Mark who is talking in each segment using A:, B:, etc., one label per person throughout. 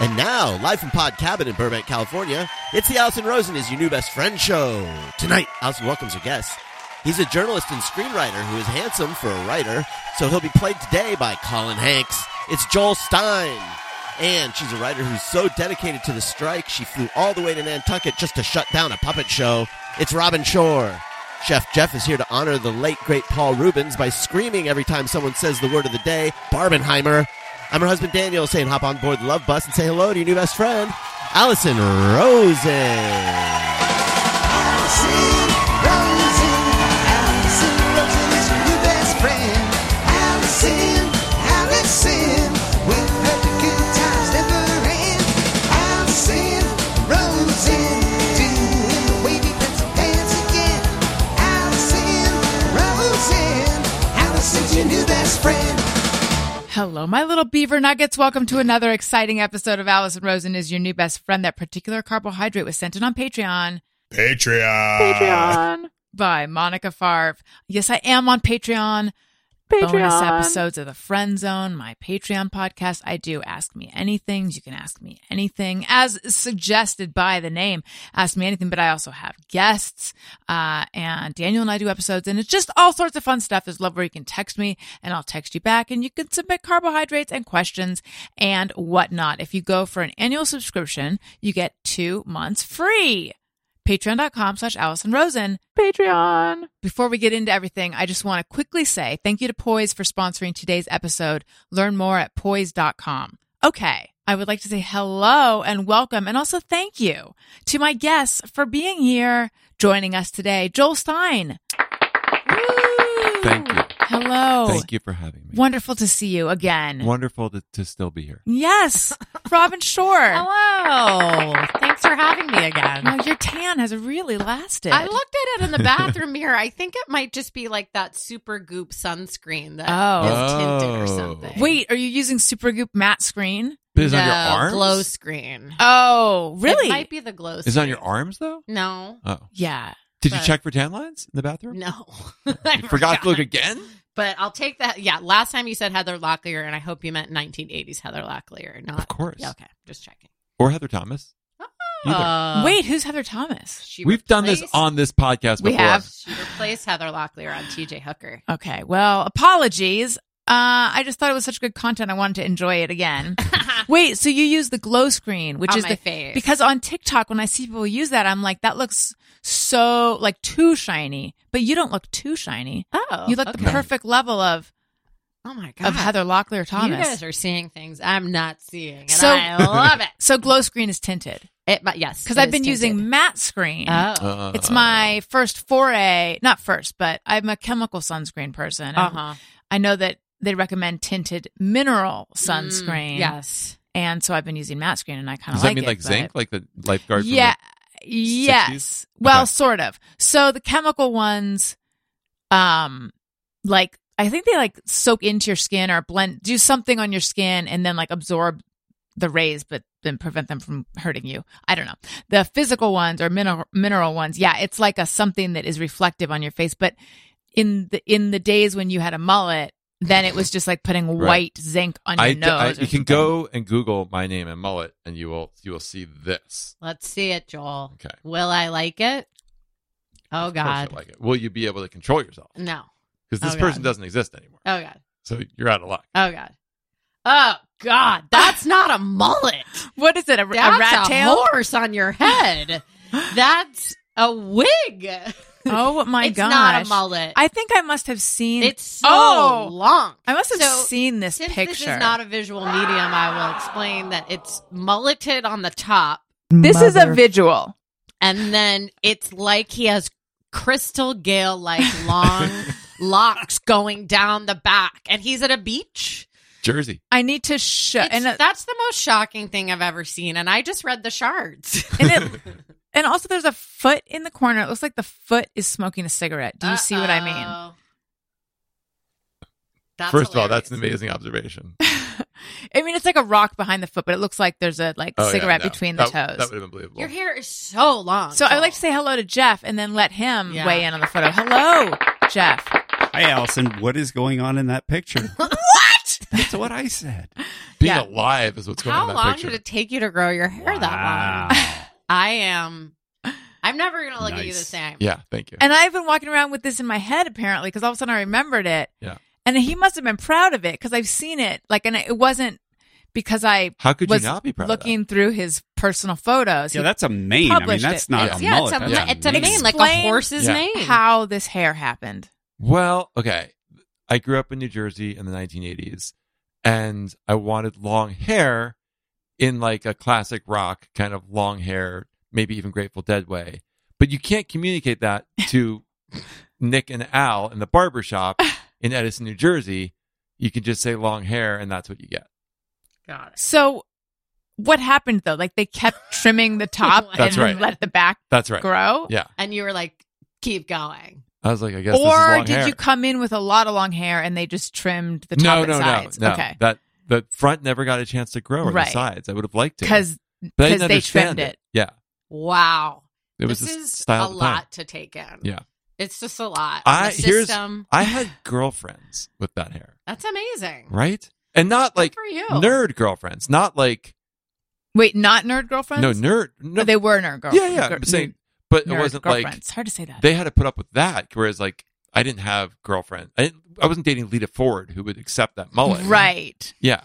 A: And now, live from Pod Cabin in Burbank, California, it's the Allison Rosen is your new best friend show. Tonight, Allison welcomes her guest. He's a journalist and screenwriter who is handsome for a writer, so he'll be played today by Colin Hanks. It's Joel Stein. And she's a writer who's so dedicated to the strike, she flew all the way to Nantucket just to shut down a puppet show. It's Robin Shore. Chef Jeff is here to honor the late, great Paul Rubens by screaming every time someone says the word of the day, Barbenheimer. I'm her husband Daniel saying hop on board the love bus and say hello to your new best friend, Allison Rosen.
B: Hello, my little beaver nuggets. Welcome to another exciting episode of Allison Rosen is your new best friend. That particular carbohydrate was sent in on Patreon.
C: Patreon.
B: Patreon. By Monica Favre. Yes, I am on Patreon. Bonus episodes of The Friend Zone, my Patreon podcast. I do Ask Me Anything. You can ask me anything as suggested by the name. Ask Me Anything, but I also have guests. Uh, and Daniel and I do episodes and it's just all sorts of fun stuff. There's love where you can text me and I'll text you back and you can submit carbohydrates and questions and whatnot. If you go for an annual subscription, you get two months free patreon.com slash allison rosen patreon before we get into everything i just want to quickly say thank you to poise for sponsoring today's episode learn more at poise.com okay i would like to say hello and welcome and also thank you to my guests for being here joining us today joel stein Woo!
D: Thank you.
B: hello
D: Thank you for having me.
B: wonderful to see you again
D: Wonderful to, to still be here.
B: yes robin shore
E: Hello. Thanks for having me
B: Oh,
E: again.
B: your tan has really lasted
E: I looked at it in the bathroom mirror. I think it might just be like that super goop sunscreen that
B: Oh.
E: is tinted or
D: Oh.
E: something.
B: Wait, are you using Supergoop matte screen?
D: But it's on your
E: No,
D: arms?
E: Glow screen.
B: Oh, really?
E: It might be the glow screen.
D: Is it on your arms though?
E: No.
D: Oh.
B: yeah.
D: Did you
E: But-
D: check for tan lines in the bathroom?
E: No. I
D: You forgot to look again?
E: But I'll take that. Yeah. Last time you said Heather Locklear, and I hope you meant 1980s Heather Locklear, not.
D: Of course.
E: Yeah, okay. Just checking.
D: Or Heather Thomas.
B: Oh,
D: Either.
E: Uh,
B: Wait, who's Heather Thomas?
E: She
D: We've done this
E: replaced-
D: on this podcast before.
B: We have.
E: She replaced Heather Locklear on TJ Hooker.
B: Okay. Well, apologies. Uh, I just thought it was such good content. I wanted to enjoy it again. Wait, so you use the glow screen, which
E: On
B: is
E: my
B: the
E: face.
B: because on TikTok when I see people use that, I'm like, that looks so like too shiny. But you don't look too shiny.
E: Oh,
B: you look the
E: okay.
B: perfect level of
E: Oh my god,
B: of Heather Locklear Thomas.
E: You guys are seeing things I'm not seeing, and
B: So-
E: I love it.
B: so glow screen is tinted
E: It, but yes,
B: because
E: it
B: I've
E: is
B: been
E: tinted.
B: using matte screen.
E: Oh,
D: Uh,
B: It's my first foray, not first, but I'm a chemical sunscreen person. and
E: uh
D: Uh-huh.
E: huh.
B: I know that they recommend tinted mineral
D: Mm,
B: sunscreen.
E: yes.
B: And so I've been using matte screen and I kind of
D: Does
B: like
D: that mean
B: it,
D: like
B: but-
D: zinc? Like the lifeguard? from
B: Yeah.
D: the-
B: Yes. Well,
D: Okay.
B: sort of. So the chemical ones, um, like I think they like soak into your skin or blend, do something on your skin and then like absorb the rays, but then prevent them from hurting you. I don't know. The physical ones or mineral mineral ones, yeah, it's like a something that is reflective on your face. But in the in the days when you had a mullet, then it was just like putting
D: Right.
B: white zinc on your
D: I,
B: nose.
D: I-
B: or
D: you can
B: something.
D: go and Google my name and mullet, and you will you will see this.
E: Let's see it, Joel.
D: Okay.
E: Will I like it? Oh
D: Of course I
E: God,
D: like it. Will you be able to control yourself?
E: no.
D: Because this
E: Oh, God.
D: person doesn't exist anymore,
E: Oh God.
D: so you're out of luck.
E: Oh God. Oh God. That's not a mullet.
B: What is it? A, a
E: That's a,
B: rat tail?
E: horse on your head. That's a wig.
B: Oh my
E: it's
B: gosh.
E: not a mullet.
B: I think I must have seen.
E: it's so
B: Oh!
E: long.
B: I must have
E: So,
B: seen this
E: Since
B: picture.
E: this is not a visual medium, I will explain that it's mulleted on the top,
B: This is a visual.
E: and then it's like he has crystal gale like long locks going down the back, and he's at a beach.
D: Jersey.
B: I need to show.
E: It's-
B: And, uh,
E: that's the most shocking thing I've ever seen, and I just read the shards.
B: and, it, and also, there's a foot in the corner. It looks like the foot is smoking a cigarette. Do you see what I mean?
E: Uh-oh. That's
D: First of all,
E: hilarious.
D: that's an amazing observation. Oh,
B: I mean, it's like a rock behind the foot, but it looks like there's a like
D: Oh, yeah,
B: cigarette
D: no.
B: between the
D: That-
B: toes.
D: That would have been believable.
E: Your hair is so long.
B: so I would like
E: Joel.
B: to say hello to Jeff and then let him
E: Yeah.
B: weigh in on the photo. Hello, Jeff.
F: Hi, Allison. What is going on in that picture? what? That's what I said.
D: Being
B: Yeah.
D: alive is what's going
E: How
D: on in that
E: long
D: picture.
E: did it take you to grow your hair that long?
C: Wow.
E: I am. I'm never gonna look at you the
C: Nice.
E: same.
D: yeah, thank you.
B: And I've been walking around with this in my head apparently because all of a sudden I remembered it.
D: Yeah.
B: And he must have been proud of it because I've seen it. Like, and it wasn't because I
D: How could you
B: was
D: not be proud
B: looking through his personal photos.
C: Yeah,
B: He
C: that's a mane. I mean,
B: published
C: that's
B: it.
C: not
D: It's-
C: a
E: yeah,
C: mullet.
E: it's a,
C: That's
D: yeah.
E: ma- it's a
C: mane.
E: mane, like a
B: Explain
E: horse's
D: Yeah.
E: mane.
B: how this hair happened.
D: of that? Well, okay. I grew up in New Jersey in the 1980s, and I wanted long hair in like a classic rock kind of long hair, maybe even Grateful Dead way. But you can't communicate that to Nick and Al in the barber shop in Edison, New Jersey. You can just say long hair, and that's what you get.
E: Got it.
B: So, what happened though? Like they kept trimming the top
D: That's
B: and
D: right.
B: let the back
D: That's right.
B: grow.
D: Yeah.
E: And you were like, keep going.
D: I was like, I guess this is
B: Or
D: long
B: did
D: hair.
B: you come in with a lot of long hair and they just trimmed the
D: no,
B: top
D: no,
B: and sides?
D: no, no.
B: Okay.
D: That the front never got a chance to grow or
B: Right.
D: the sides. I would have liked to,
B: Because
D: but I
B: 'cause
D: didn't
B: they
D: understand
B: trimmed it.
D: Yeah,
E: Wow.
D: it was
E: this
D: the
E: is a
D: style at the time.
E: lot to take in.
D: Yeah.
E: It's just a lot.
D: I-
E: the
D: here's-
E: system.
D: I had girlfriends with that hair,
E: That's amazing.
D: right? And not
E: Good
D: like
E: for you.
D: nerd girlfriends, not like
B: wait, not nerd girlfriends.
D: no nerd.
B: Oh,
D: No,
B: they were nerd
D: yeah,
B: girlfriends.
D: yeah.
B: Gir-
D: I'm saying, but it
B: nerd
D: wasn't
B: girlfriends.
D: like
B: It's hard to say that.
D: they had to put up with that. Whereas like I didn't have girlfriend. I didn't, I wasn't dating Lita Ford, who would accept that mullet.
B: right.
D: Yeah.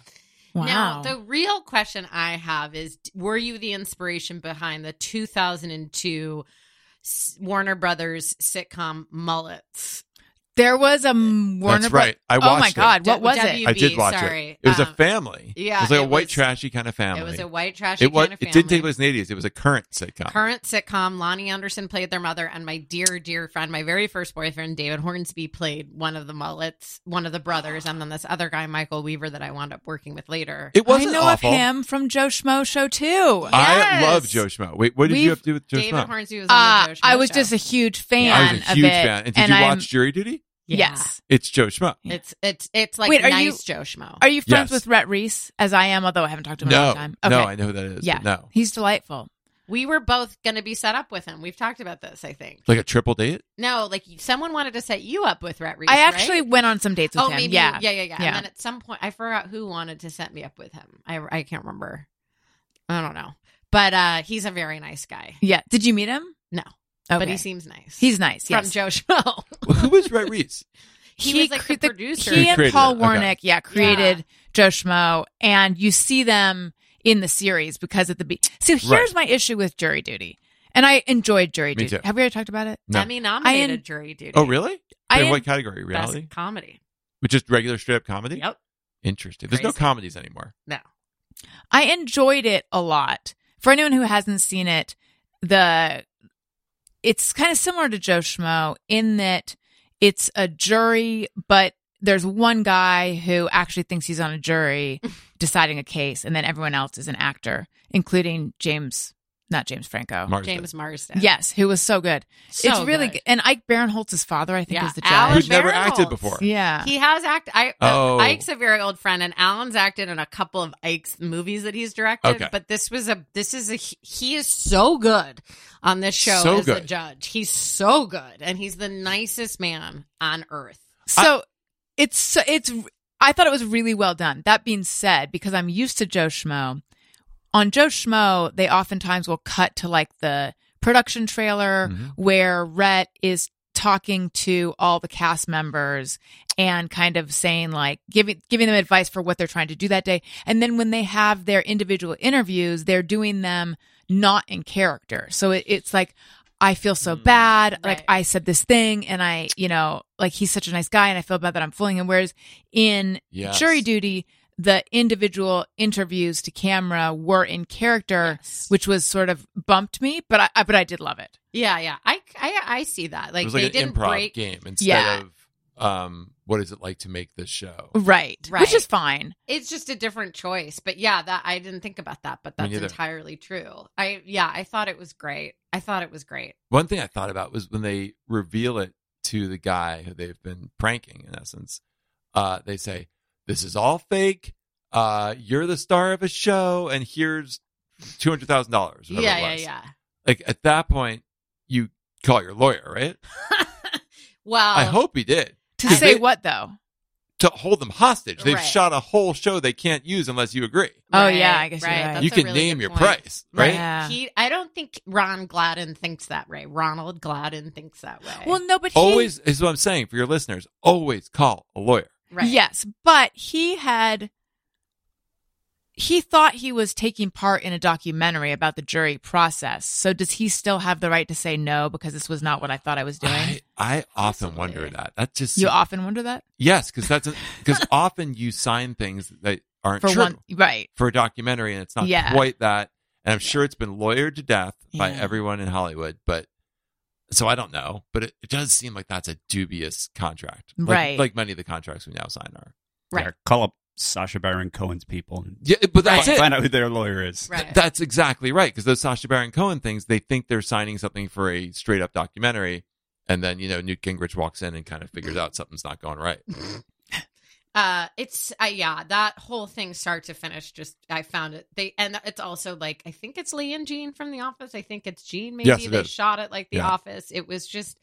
B: Wow.
E: Now, the real question I have is Were you the inspiration behind the 2002 s- Warner Brothers sitcom Mullets?
B: there was a um, Warner.
D: That's
B: Bro-
D: right. I
B: oh my
D: watched it.
B: god, what
E: D-
B: was
E: W-
B: it?
D: I did
E: B,
D: watch
E: sorry.
D: it. It was a
E: Um,
D: family.
E: yeah,
D: it was like a
E: it
D: white
E: was-
D: trashy kind of family.
E: It was a white trash
D: It was.
E: kind of
D: It
E: family.
D: didn't take place in the eighties. It was a current sitcom.
E: Current sitcom, Lonnie Anderson played their mother, and my dear, dear friend, my very first boyfriend, David Hornsby, played one of the mullets, one of the brothers, and then this other guy, Michael Weaver, that I wound up working with later.
D: It wasn't
B: I know
D: awful.
B: of him from Joe Schmo Show too.
E: Yeah.
D: I
E: Yes.
D: love Joe Schmo. Wait, what did you
B: We've-
D: have to do with Joe
E: David
D: Schmo?
E: Hornsby was on
B: Uh,
E: the Joe Schmo
B: I was
E: show.
B: just a huge fan
D: I was a
B: of
D: huge
B: it.
D: fan. And did you
B: I'm-
D: watch Jury Duty?
E: Yeah.
B: Yes.
D: It's Joe Schmo.
E: It's it's it's like
B: Wait, are you-
E: nice Joe Schmo.
B: Are you friends
D: Yes.
B: with Rhett Reese as I am? Although I haven't talked to him in a
D: No,
B: long time.
D: no, I know who that is.
B: yeah,
D: Yeah, no,
B: he's delightful.
E: we were both going to be set up with him. We've talked about this, I think.
D: like a triple date.
E: No, like someone wanted to set you up with Rhett Reese.
B: I actually
E: right?
B: went on some dates with
E: oh
B: him.
E: maybe
B: yeah,
E: yeah yeah yeah.
B: Yeah.
E: And then at some point, I forgot who wanted to set me up with him. I I can't remember. I don't know, but uh he's a very nice guy.
B: Yeah. Did you meet him?
E: No.
B: Okay.
E: But he seems nice.
B: He's nice.
E: from
B: Yes.
E: Joe Schmo.
D: Well, who was Rhett Reese?
E: He, was like
B: cre-
E: the producer.
B: He
D: He
B: and
D: created
B: Paul
D: it, okay.
B: Warnick, yeah, created
E: Yeah.
B: Joe Schmo, and you see them in the series because at the be- so here's my issue with jury duty, and I enjoyed jury
D: Me
B: duty.
D: too.
B: Have we already talked about it?
D: No.
E: Emmy nominated
B: I en-
E: jury duty.
D: Oh, really?
B: I
D: In
B: en-
D: what category? Reality?
E: Best comedy.
D: Which is regular straight up comedy?
E: Yep.
D: Interesting. There's no
E: Crazy.
D: comedies anymore.
B: I enjoyed it a lot. For anyone who hasn't seen it, the it's kind of similar to Joe Schmo in that it's a jury, but there's one guy who actually thinks he's on a jury deciding a case, and then everyone else is an actor, including James, not Oh, James Franco.
D: Mars
E: James Marsden.
B: Yes, who was so good.
E: So
B: it's really
E: good.
B: good. And Ike Barinholtz's father, I think,
E: Yeah,
B: is the
E: Alan
B: judge.
D: Who's never
E: Barinholtz.
D: acted before.
B: yeah.
E: He has acted. I, uh,
D: Oh.
E: Ike's a very old friend, and Alan's acted in a couple of Ike's movies that he's directed.
D: Okay.
E: But this was a. This is a. He is so good on this show
D: So
E: as a
D: good.
E: judge. He's so good, and he's the nicest man on earth.
B: so it's so it's I thought it was really well done. That being said, because I'm used to Joe Schmo, on Joe Schmo, they oftentimes will cut to like the production trailer
D: Mhm.
B: where Rhett is talking to all the cast members and kind of saying like giving giving them advice for what they're trying to do that day. And then when they have their individual interviews, they're doing them not in character. So it, it's like I feel so bad. Like
E: Right.
B: I said this thing and I, you know, like he's such a nice guy and I feel bad that I'm fooling him. Whereas in
D: Yes.
B: jury duty, the individual interviews to camera were in character,
E: Yes.
B: which was sort of bumped me, but I, I but I did love it.
E: Yeah, yeah. I, I, I see that.
D: it
E: Like,
D: was like
E: they
D: an
E: didn't
D: improv
E: break.
D: game instead
B: Yeah.
D: of um, what is it like to make this show?
B: Right. Which
E: Right.
B: is fine.
E: It's just a different choice. But yeah, that I didn't think about that. But
D: Me
E: that's
D: neither.
E: entirely true. I yeah, I thought it was great. I thought it was great.
D: One thing I thought about was when they reveal it to the guy who they've been pranking, in essence, uh, they say, This is all fake. Uh, you're the star of a show, and here's $200,000. whatever it
E: Yeah, yeah,
D: was.
E: yeah.
D: Like at that point, you call your lawyer, right?
E: well, Oh.
D: I hope he did.
B: To
D: Because
B: say
D: they-
B: what though?
D: to hold them hostage. They've
E: Right.
D: shot a whole show they can't use unless you agree.
B: Oh, yeah, I guess you're right.
E: That's
D: you
E: a
D: can
E: really
D: name
E: good
D: your
E: point.
D: price, right?
B: Yeah.
E: He, I don't think Ron Gladden thinks that way. Ronald Gladden thinks that way.
B: Well, no, but he,
D: Always is what I'm saying for your listeners. Always call a lawyer.
E: right.
B: Yes, but he had he thought he was taking part in a documentary about the jury process. So does he still have the right to say no because this was not what I thought I was doing?
D: I, I often
E: Absolutely.
D: wonder that. That just
B: you often wonder that
D: yes, because that's because often you sign things that aren't
B: for
D: true
B: one right.
D: for a documentary, and it's not
B: Yeah.
D: quite that. And I'm sure it's been lawyered to death by
B: Yeah.
D: everyone in Hollywood, but so I don't know. But it, it does seem like that's a dubious contract, Like-
B: Right.
D: Like many of the contracts we now sign are.
E: Right.
C: Yeah, call up Sasha Baron Cohen's people. and
D: Yeah, but that's
C: find,
D: it.
C: find out who their lawyer is.
E: Right.
D: That's exactly right. Because those Sasha Baron Cohen things, they think they're signing something for a straight up documentary. And then, you know, Newt Gingrich walks in and kind of figures out something's not going right.
E: uh it's uh, yeah that whole thing start to finish just i found it they and it's also like i think it's lee and jean from the office i think it's jean maybe
D: Yes, it
E: they
D: is.
E: shot it like the
D: Yeah.
E: office it was just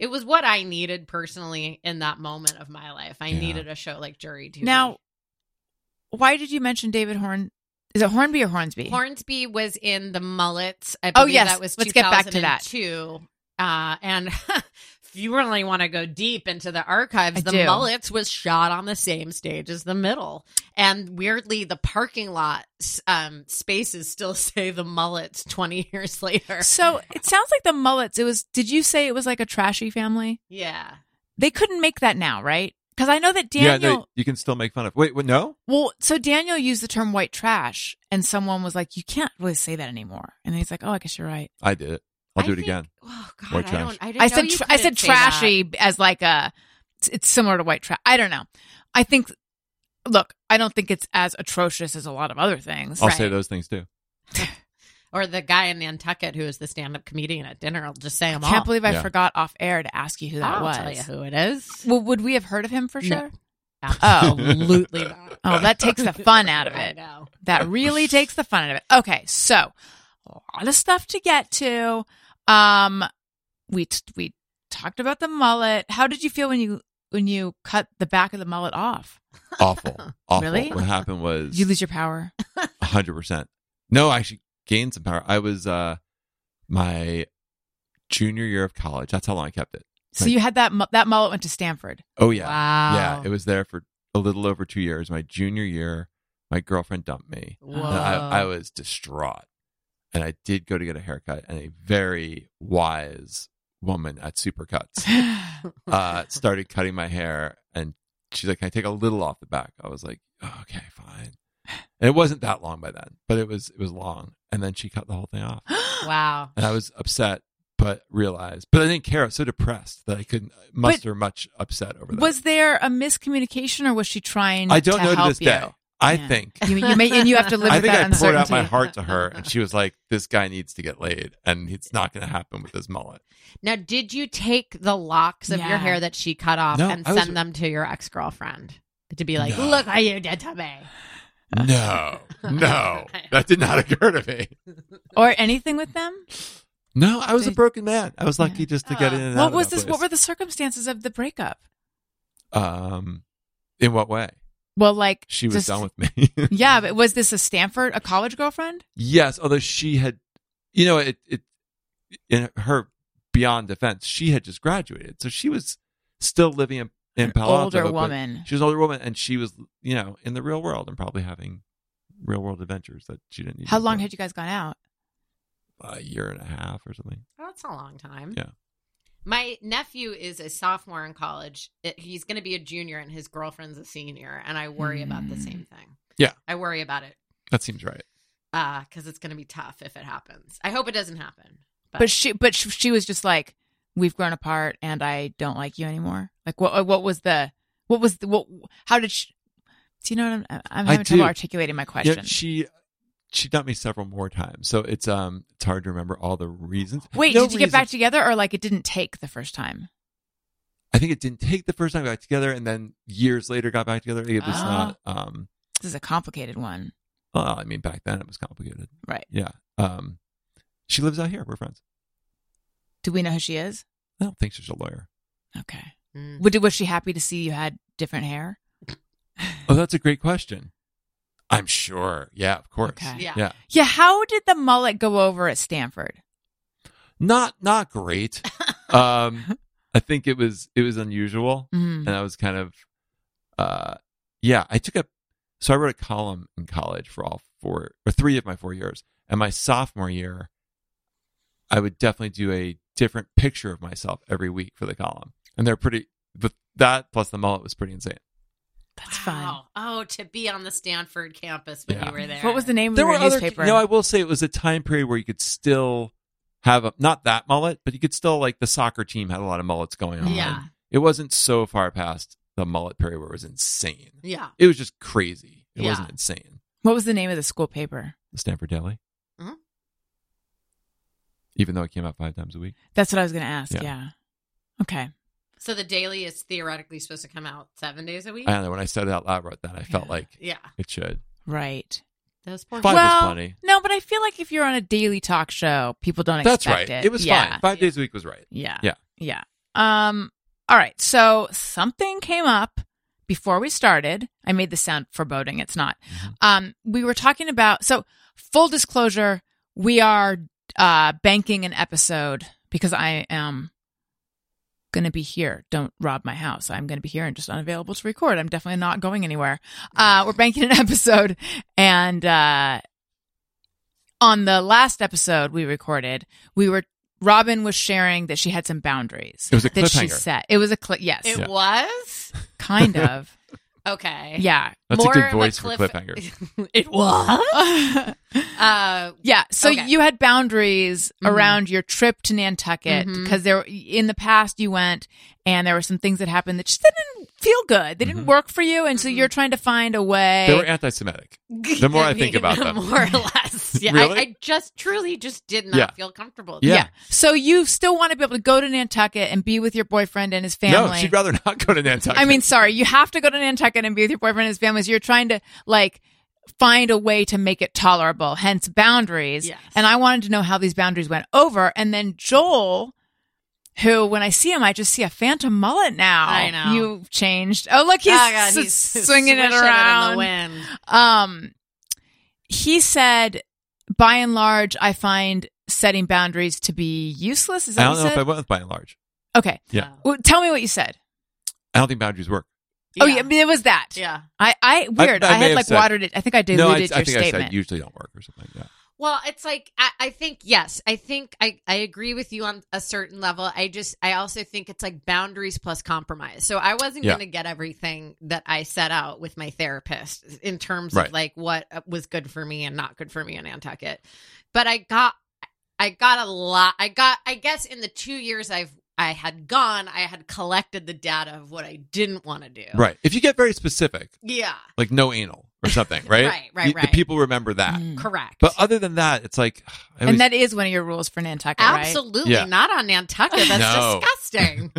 E: it was what i needed personally in that moment of my life i
D: Yeah.
E: needed a show like jury duty
B: Now why did you mention David Horn is it Hornby or Hornsby?
E: hornsby was in the mullets i
B: Oh,
E: believe
B: yes.
E: that was
B: Let's get back to that.
E: 2002. uh and if you really want to go deep into the archives
B: I
E: the
B: do.
E: mullets was shot on the same stage as the middle and weirdly the parking lot s- um spaces still say the mullets 20 years later
B: so it sounds like the mullets. It was did you say it was like a trashy family?
E: yeah
B: They couldn't make that now, right? Cuz I know that
D: Yeah,
B: Daniel
D: no, you can still make fun of. Wait, what, no?
B: Well, so Daniel used the term white trash, and someone was like, "You can't really say that anymore." And he's like, "Oh, I guess you're right."
D: I did it. I'll
E: I
D: do it
E: think-
D: again.
E: oh god
D: White
E: i
D: trash.
E: don't i, didn't
B: I
E: know
B: said
E: you
B: tr- I said
E: couldn't say that.
B: trashy as like a it's- it's similar to white trash. I don't know. I think look, I don't think it's as atrocious as a lot of other things.
D: I'll
E: Right.
D: say those things too.
E: or the guy in nantucket who is the stand-up comedian at dinner i'll just say i'm
B: I can't
E: all.
B: believe I
D: Yeah.
B: forgot off air to ask you who that
E: i'll
B: was. Oh.
E: tell you who it is
B: Well, would we have heard of him for
E: No.
B: sure?
E: absolutely not
B: Oh, that takes the fun out of
E: I
B: it.
E: know.
B: That really takes the fun out of it. Okay, so a lot of stuff to get to. Um, we t- we talked about the mullet. How did you feel when you when you cut the back of the mullet off?
D: Awful. Awful.
B: Really?
D: What happened was
B: Did you lose your power?
D: hundred percent. No, I actually gained some power. I was uh my junior year of college. That's how long I kept it.
B: So
D: Right.
B: you had that mu- that mullet went to Stanford.
D: Oh yeah.
E: wow
D: Yeah, it was there for a little over two years. My junior year, my girlfriend dumped me.
E: Whoa.
D: And I,
B: Uh.
D: I was distraught. And I did go to get a haircut, and a very wise woman at Supercuts uh, started cutting my hair. And she's like, Can I take a little off the back? I was like, "Oh, Okay, fine. And it wasn't that long by then, but it was it was long. And then she cut the whole thing off.
E: wow
D: And I was upset, but realized, but I didn't care. I was so depressed that I couldn't uh, muster much upset over that.
B: was there a miscommunication, or was she trying?
D: I don't
B: to
D: know to
B: help
D: this day. I
B: Yeah.
D: think
B: You, you, you may and you have to live
D: I
B: with
D: think
B: that
D: I poured
B: uncertainty.
D: out my heart to her, and she was like, "This guy needs to get laid, and it's not going to happen with his mullet."
E: Now, did you take the locks of
B: Yeah.
E: your hair that she cut off
D: No,
E: and
D: I was-
E: send them to your ex girlfriend to be like,
D: No.
E: look what you did to me?
D: No, no, that did not occur to me.
B: or anything with them.
D: No, I was a broken man. I was lucky just to get in and out.
B: What
D: of
B: was
D: that
B: this?
D: place.
B: What were the circumstances of the breakup?
D: um, in what way?
B: Well, like
D: She was
B: just-
D: done with me.
B: Yeah, but was this a Stanford, a college girlfriend?
D: Yes, although she had, you know, it, it in her beyond defense, she had just graduated, so she was still living in in Palo Alto,
B: Older
D: but
B: woman.
D: She was an older woman, and she was, you know, in the real world and probably having real world adventures that she didn't. Need
B: How long had you guys gone out?
D: A year and a half or something.
E: Oh, that's a long time.
D: Yeah.
E: My nephew is a sophomore in college. It- he's going to be a junior, and his girlfriend's a senior. And I worry about the
B: Hmm.
E: same thing.
D: Yeah.
E: I worry about it
D: That seems right.
E: because it's going to be tough if it happens. I hope it doesn't happen.
B: But she, but she, she was just like, we've grown apart, and I don't like you anymore. Like, what, what was the, what was the, what, how did she? Do you know what I'm? I'm
D: I
B: having trouble
D: do.
B: articulating my question.
D: Yeah, she she dumped me several more times, so it's um it's hard to remember all the reasons.
B: Wait,
D: No
B: did you get back
D: reasons.
B: together, or like it didn't take the first time?
D: I think it didn't take the first time we got together, and then years later got back together. It was
B: Ah.
D: not um
B: This is a complicated one,
D: Well, I mean, back then it was complicated.
B: right?
D: Yeah. Um, she lives out here. We're friends.
B: Do we know who she is?
D: I don't think she's a lawyer.
B: Okay.
E: Mm.
B: Would, was she happy to see you had different hair?
D: Oh, that's a great question. I'm sure. Yeah, of course.
B: Okay.
E: Yeah.
D: Yeah.
B: Yeah, how did the mullet go over at Stanford?
D: Not not great. um I think it was it was unusual
B: Mm.
D: and I was kind of uh yeah, I took a so I wrote a column in college for all four or three of my four years. And my sophomore year, I would definitely do a different picture of myself every week for the column. And they're pretty but that plus the mullet was pretty insane.
B: That's
E: Wow. Oh, to be on the Stanford campus when
D: Yeah.
E: you were there.
B: fun. What was the name
D: there
B: of
D: were
B: your
D: other
B: newspaper?
D: no i will say it was a time period where you could still have a not that mullet but you could still like the soccer team had a lot of mullets going on
E: Yeah.
D: it wasn't so far past the mullet period where it was insane
E: Yeah.
D: it was just crazy it
E: Yeah.
D: wasn't insane
B: what was the name of the school paper?
D: the stanford deli
B: Mm-hmm.
E: Mhm.
D: even though it came out five times a week
B: That's what I was going to ask. Yeah.
D: Yeah.
B: Okay.
E: So the daily is theoretically supposed to come out seven days a week.
D: i don't know when i said it out loud about that i felt
B: Yeah.
D: like
E: yeah.
D: it should
B: Right.
E: Those poor
D: Five was
B: well,
D: plenty.
B: no, but I feel like if you're on a daily talk show, people don't
D: that's
B: expect
D: right
B: it.
D: it, was
B: yeah.
D: fine five days a week was right
B: Yeah.
D: Yeah.
B: Yeah. Um, all right. So something came up before we started. I made the sound foreboding. It's not.
D: Mhm.
B: Um, we were talking about, so full disclosure, we are, uh, banking an episode because I am going to be here. Don't rob my house. I'm going to be here and just unavailable to record. I'm definitely not going anywhere. Uh, we're banking an episode and, uh, on the last episode we recorded, we were Robin was sharing that she had some boundaries.
D: It was a
B: that she
D: cliffhanger.
B: set. It was a cli Yes,
E: It
D: Yeah.
E: was
B: kind of.
E: okay.
B: Yeah.
D: that's
E: More
D: a good
E: of a
D: voice for
E: cliff-
D: cliffhanger
E: It was. Uh,
B: yeah. So
E: Okay.
B: you had boundaries
E: Mhm.
B: around your trip to Nantucket
E: Mhm.
B: because there in the past you went and there were some things that happened that just didn't feel good. They didn't
D: Mhm.
B: work for you, and so
E: Mhm.
B: you're trying to find a way.
D: they were anti-semitic The more I think about
E: the
D: them.
E: more or less. Yeah,
D: Really?
E: I, I just truly just did not
D: Yeah.
E: feel comfortable.
D: Yeah.
B: So you still want to be able to go to Nantucket and be with your boyfriend and his family.
D: no she'd rather not go to nantucket
B: I mean, sorry, you have to go to Nantucket and be with your boyfriend and his family. So you're trying to like find a way to make it tolerable, hence boundaries.
E: Yes.
B: And I wanted to know how these boundaries went over. And then Joel, who when I see him, I just see a phantom mullet now.
E: I know.
B: You've changed. Oh, look, he's,
E: Oh, God,
B: s-
E: he's
B: swinging it
E: swishing
B: around.
E: in the wind.
B: Um, he said, by and large, I find setting boundaries to be useless. Is that
D: I don't
B: what
D: know
B: he
D: if I
B: said?
D: went with by and large.
B: okay.
D: Yeah.
B: Well, tell me what you said.
D: I don't think boundaries work.
B: Oh, yeah, I mean, it was that.
E: Uh, Yeah.
B: I, I weird. I,
D: I may
B: had
D: have
B: like
D: said-
B: watered it. I think I diluted
D: no, I, I
B: your
D: think
B: statement.
D: I said usually don't work or something. Yeah.
E: Well, it's like I, I think yes, I think I, I agree with you on a certain level. I just I also think it's like boundaries plus compromise. So I wasn't
D: Yeah.
E: going to get everything that I set out with my therapist in terms
D: Right.
E: of like what uh, was good for me and not good for me in Nantucket, but I got I got a lot. I got I guess in the two years I've I had gone, I had collected the data of what I didn't want to do.
D: Right. If you get very specific,
E: Yeah.
D: like no anal or something, right?
E: Right, right,
D: You-
E: right.
D: The people remember that.
B: Mm.
E: Correct.
D: But other than that, it's like, I
B: and
D: always-
B: that is one of your rules for Nantucket, right?
E: Absolutely
D: Yeah.
E: not on Nantucket. That's
D: No.
E: disgusting.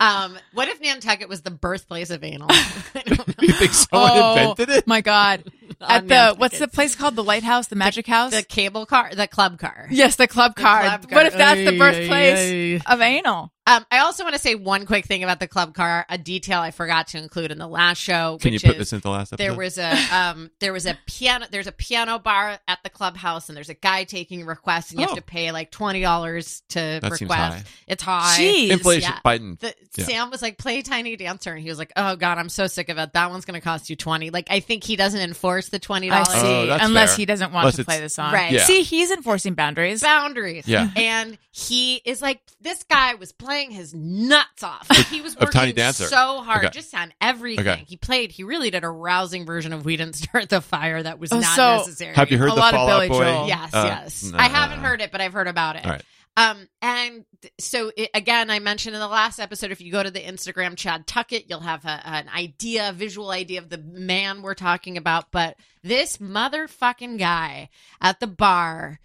E: um, what if Nantucket was the birthplace of anal? I don't know.
D: you think someone
B: Oh,
D: invented it?
B: My God, at
E: On
B: the what's the
E: Nantucket.
B: place called? The lighthouse, the magic house.
E: The cable car, the club car.
B: yes, the club
E: The
B: car.
E: club
B: What
E: car.
B: if that's the
E: Ay,
B: birthplace
E: ay,
B: of anal?
E: Um, I also want to say one quick thing about the club car. A detail I forgot to include in the last show.
D: Can you
E: which
D: put
E: is,
D: this into the last episode?
E: there was a um there was a piano there's a piano bar at the clubhouse and there's a guy taking requests and you
D: Oh.
E: have to pay like twenty dollars to
D: That
E: request.
D: seems high.
E: It's high.
B: Jeez.
D: Inflation.
E: Yeah.
D: Biden.
E: The,
D: Yeah.
E: Sam was like, play Tiny Dancer. And he was like, oh, God, I'm so sick of it. That one's going to cost you 20 Like, I think he doesn't enforce the $20
B: I see. Uh,
D: Oh, that's
B: Unless
D: fair.
B: he doesn't want
D: Unless
B: to play
D: it's-
B: the song.
E: Right.
D: Yeah.
B: See, he's enforcing boundaries.
E: boundaries.
D: Yeah.
E: And he is like, this guy was playing his nuts off. Like, he was
D: Of
E: working
D: Tiny Dancer.
E: so hard
D: Okay.
E: just on everything.
D: Okay.
E: He played, he really did a rousing version of We Didn't Start the Fire that was
B: Oh,
E: not
B: so-
E: necessary.
D: Have you heard
B: A
D: the
B: lot of
D: Fallout
B: Billy
D: Boy?
B: Joel.
E: Yes,
D: Uh,
E: yes.
D: no,
E: I
D: no,
E: haven't
D: no.
E: heard it, but I've heard about it.
D: All right.
E: Um, and th- so it, again, I mentioned in the last episode, if you go to the Instagram Chad Tuckett, you'll have a, an idea, a visual idea of the man we're talking about. But this motherfucking guy at the bar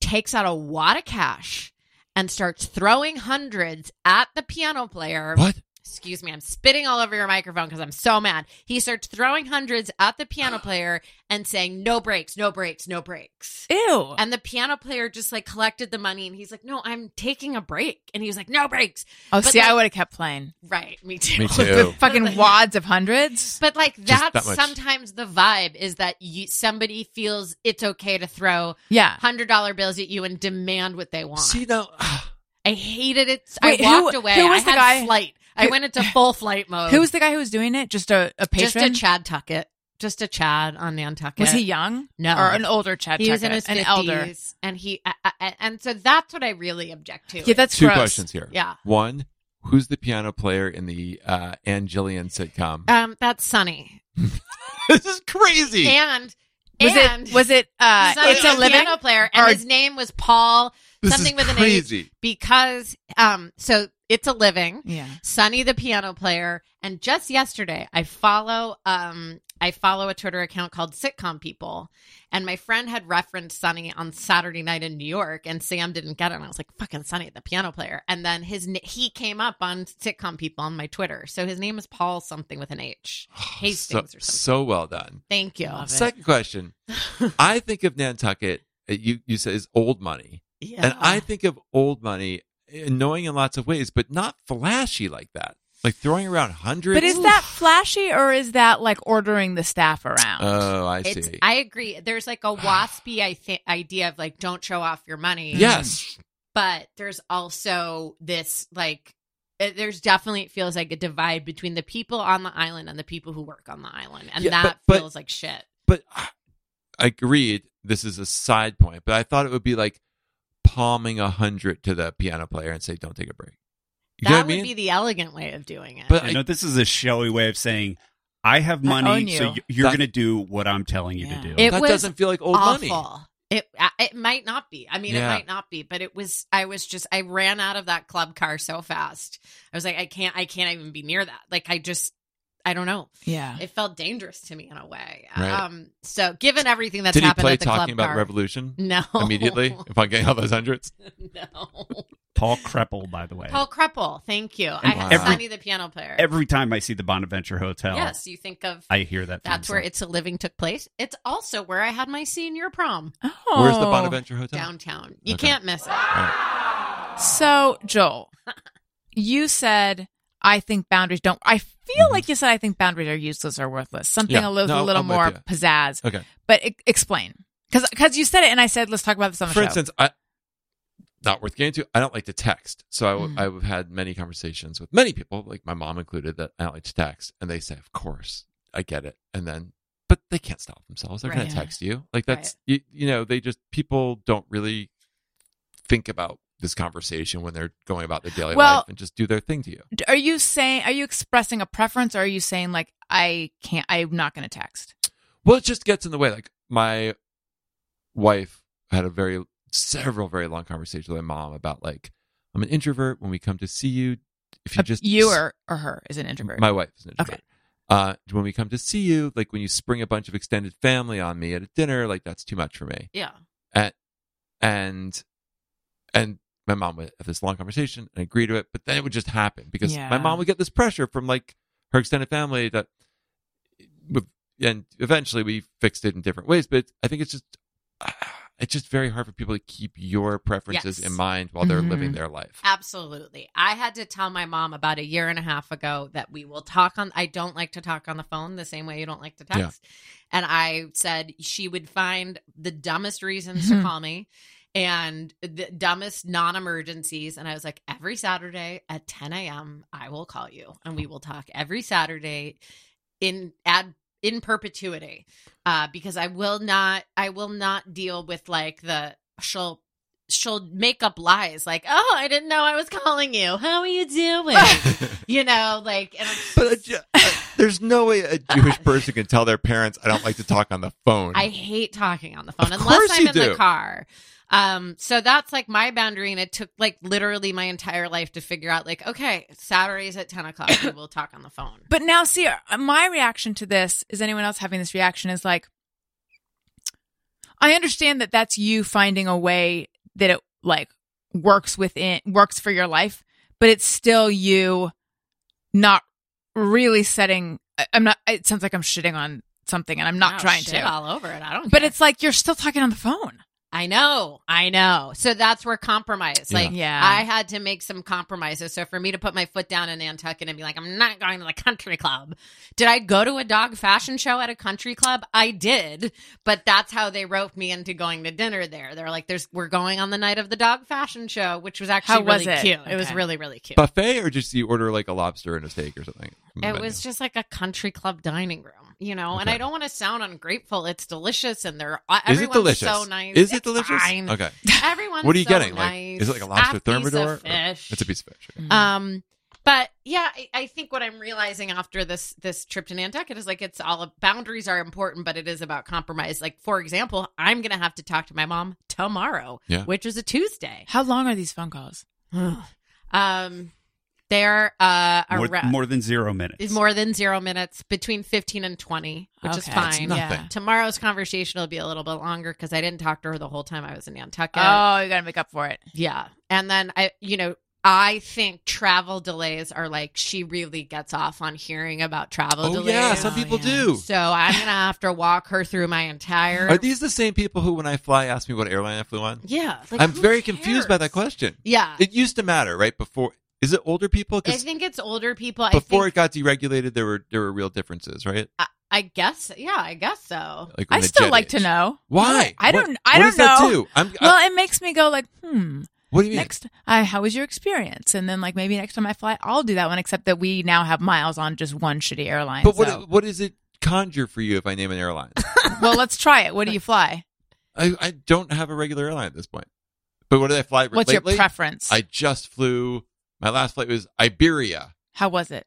E: takes out a wad of cash and starts throwing hundreds at the piano player
D: What?
E: Excuse me, I'm spitting all over your microphone because I'm so mad. He starts throwing hundreds at the piano player and saying, No breaks, no breaks, no breaks.
B: Ew.
E: And the piano player just like collected the money and he's like, No, I'm taking a break. And he was like, No breaks.
B: oh,
E: but
B: see, I
E: like-
B: would have kept playing.
E: Right. Me too.
D: Me too.
B: Fucking wads of hundreds.
E: But like
D: that
E: that's
D: much.
E: sometimes the vibe is that you, somebody feels it's okay to throw
B: Yeah.
E: hundred dollar bills at you and demand what they want.
D: See now,
E: I hated it.
B: Wait,
E: I walked
B: who-
E: away.
B: who
E: I
B: was the
E: had
B: guy-
E: flight. I
B: who-
E: went into full flight mode.
B: Who was the guy who was doing it? Just a, a patron?
E: Oh. just a Chad Tuckett? Just a Chad on Nantucket.
B: Was he young?
E: No.
B: Or an older Chad
E: He was in
B: Tuckett?
E: his
B: An
E: 50s,
B: elder.
E: and he I- I- I- and so that's what I really object to.
B: Yeah, that's
D: two
B: gross.
D: questions here.
E: Yeah.
D: One, who's the piano player in the uh, Angillian sitcom?
E: um, that's Sunny.
D: this is crazy.
E: And
B: Was
E: and
B: it was it uh
E: Sonny
B: it's
E: was
B: a living?
E: piano player, and
B: Or-
E: his name was Paul
D: this
E: something
D: is
E: with an H.
D: crazy.
E: because um, so it's a living.
B: Yeah.
E: Sonny the piano player, and just yesterday I follow um I follow a Twitter account called Sitcom People, and my friend had referenced Sonny on Saturday night in New York, and Sam didn't get it, and I was like, "Fucking Sonny the piano player," and then his na- he came up on Sitcom People on my Twitter, so his name is Paul something with an H, Hastings
D: so,
E: or something.
D: so well done.
E: Thank you.
B: Love it.
D: Second question. I think of Nantucket, uh, you, you say, is old money.
E: Yeah.
D: And I think of old money annoying in lots of ways, but not flashy like that. Like throwing around hundreds.
B: But is that flashy or is that like ordering the staff around?
D: Oh, I
E: It's,
D: see.
E: I agree. There's like a waspy I th- idea of like don't show off your money.
D: yes.
E: but there's also this like it- there's definitely it feels like a divide between the people on the island and the people who work on the island and
D: Yeah,
E: that
D: but- but-
E: feels like shit
D: But I agreed. This is a side point, but I thought it would be like palming a hundred to the piano player and say, don't take a break. You
E: that
D: know what I
E: would
D: mean?
E: be the elegant way of doing it
D: But
C: I know this is a showy way of saying I have money,
B: own you.
C: so y- you're
D: That-
C: going to do what I'm telling you
B: Yeah.
C: to do.
E: It
D: that
E: was
D: doesn't feel like old
E: awful
D: money.
E: it I- it might not be i mean
D: Yeah.
E: it might not be but it was i was just i ran out of that club car so fast i was like i can't i can't even be near that like i just i don't know
B: yeah.
E: it felt dangerous to me in a way
D: Right.
E: um so given everything that's
D: Did he
E: happened
D: play
E: at the club
D: talking about
E: car,
D: revolution
E: no
D: immediately if I'm getting all those hundreds?
E: no
C: Paul Kreppel, by the way.
E: Paul Kreppel, thank you. I had
D: every-
E: Sonny the piano player.
C: Every time I see the Bonaventure Hotel,
E: yes, you think of
C: I hear that.
E: that's
C: theme
E: where
C: song.
E: It's a Living took place. It's also where I had my senior prom
B: Oh.
D: Where's the Bonaventure Hotel?
E: downtown. You
D: Okay.
E: can't miss it.
B: So, Joel, you said I think boundaries don't. I feel
D: Mhm.
B: like you said I think boundaries are useless or worthless. Something
D: Yeah.
B: a little,
D: No,
B: a little
D: I'm with Uh,
B: more
D: you.
B: pizzazz.
D: Okay.
B: But e- explain, because you said it, and I said let's talk about this on the
D: For
B: show.
D: instance, I not worth getting to. I don't like to text, so I,
B: Mhm.
D: w- I've had many conversations with many people, like my mom included, that I don't like to text, and they say, "Of course, I get it," and then. But they can't stop themselves. They're going
E: Right.
D: to text you. Like that's you, you know they just people don't really think about this conversation when they're going about their daily
B: Well-
D: life and just do their thing to you.
B: D- are you saying are you expressing a preference, or are you saying like I can't, I'm not going to text?
D: Well, it just gets in the way. Like my wife had a very several very long conversations with my mom about like I'm an introvert. When we come to see you, if you
B: Uh,
D: just
B: you or, or her is an introvert.
D: my wife is an
B: Okay.
D: introvert. Uh, when we come to see you, like when you spring a bunch of extended family on me at a dinner, like that's too much for me.
E: Yeah.
D: And and my mom would have this long conversation and agree to it, but then it would just happen because
B: Yeah.
D: my mom would get this pressure from like her extended family that and eventually we fixed it in different ways but i think it's just it's just very hard for people to keep your
E: Yes.
D: preferences
E: Mm-hmm.
D: in mind while they're
B: Mhm.
D: living their life
E: Absolutely. I had to tell my mom about a year and a half ago that we will talk on I don't like to talk on the phone the same way you don't like to
D: Yeah.
E: text. And I said she would find the dumbest reasons
B: Mhm.
E: to call me and the dumbest non-emergencies and i was like every saturday at 10 a.m i will call you and we will talk every saturday in ad in perpetuity uh because i will not i will not deal with like the she'll she'll make up lies like oh i didn't know i was calling you how are you doing you know like and I'm-
D: but a Ju- uh, there's no way a jewish person can tell their parents i don't like to talk on the phone
E: I hate talking on the phone
D: Of
E: unless
D: course
E: I'm
D: you
E: in the
D: do.
E: car. Um, so that's like my boundary, and it took like literally my entire life to figure out like, okay, Saturdays at ten o'clock, we will talk on the phone.
B: But now, see, uh, my reaction to this is anyone else having this reaction is like, I understand that that's you finding a way that it like works within, works for your life, but it's still you not really setting. I- I'm not. It sounds like I'm shitting on something, and I'm not
D: oh,
E: Wow,
B: trying
E: Oh, shit
B: to.
E: all over it. I don't.
B: But
E: care.
B: it's like you're still talking on the phone.
E: I know, I know. So that's where compromise. Like,
B: Yeah.
E: I had to make some compromises. So for me to put my foot down in Nantucket and be like, I'm not going to the country club. Did I go to a dog fashion show at a country club? I did, but that's how they roped me into going to dinner there. They're like, "There's we're going on the night of the dog fashion show," which was actually
B: How was
E: really
B: it?
E: cute. It was
B: Okay.
E: really really cute.
D: Buffet or just you order like a lobster and a steak or something? from the
E: It
D: menu?
E: was just like a country club dining room, you know. And
D: Okay.
E: I don't want to sound ungrateful. It's delicious, and they're
D: Is
E: everyone's
D: it delicious?
E: so nice.
D: Is it
E: It's
D: delicious?
E: Fine.
D: Okay.
E: Everyone's
D: What are you
E: so
D: getting?
E: Nice.
D: Like, is it like a
E: Half
D: lobster
E: piece of
D: thermidor? or-
E: fish.
D: It's a piece of fish.
B: Mm-hmm.
D: okay.
E: Um, but yeah, I, I think what I'm realizing after this this trip to Nantucket is like it's all boundaries are important, but it is about compromise. Like for example, I'm gonna have to talk to my mom tomorrow,
D: Yeah.
E: which is a Tuesday.
B: How long are these phone calls?
E: um, they're uh
C: more,
E: around
C: more than zero minutes.
E: is more than zero minutes, between 15 and 20, which is
B: Okay. That's
E: fine.
D: nothing.
B: Yeah.
E: Tomorrow's conversation will be a little bit longer because I didn't talk to her the whole time I was in Nantucket.
B: Oh, you gotta make up for it.
E: Yeah. And then I, you know, I think travel delays are like she really gets off on hearing about travel
D: Oh
E: delays.
D: yeah, some people
B: yeah.
D: do.
E: So I'm gonna have to walk her through my entire.
D: Are these the same people who, when I fly, ask me what airline I flew on?
E: yeah, like,
D: I'm
E: who
D: very confused by
E: cares?
D: that question.
E: Yeah,
D: It used to matter, right? Before, is it older people?
E: I
D: Because
E: think it's older people.
D: before
E: I think,
D: it got deregulated, there were there were real differences, right?
E: I guess. Yeah, I guess so.
D: Like
B: I
D: when the
B: still
D: jet
B: like to
D: age.
B: know.
D: why.
B: I
D: What-
B: don't. I
D: what
B: don't
D: does that
B: know.
D: do? I'm, I-
B: Well, it makes me go like, hmm.
D: what do you mean?
B: Next, uh, how was your experience? And then, like, maybe next time I fly, I'll do that one. Except that we now have miles on just one shitty airline.
D: but what
B: so-
D: what does it conjure for you if I name an airline?
B: well, let's try it. What do you fly?
D: I, I don't have a regular airline at this point. But what did I fly?
B: What's
D: lately?
B: your preference?
D: I just flew. My last flight was Iberia.
B: how was it?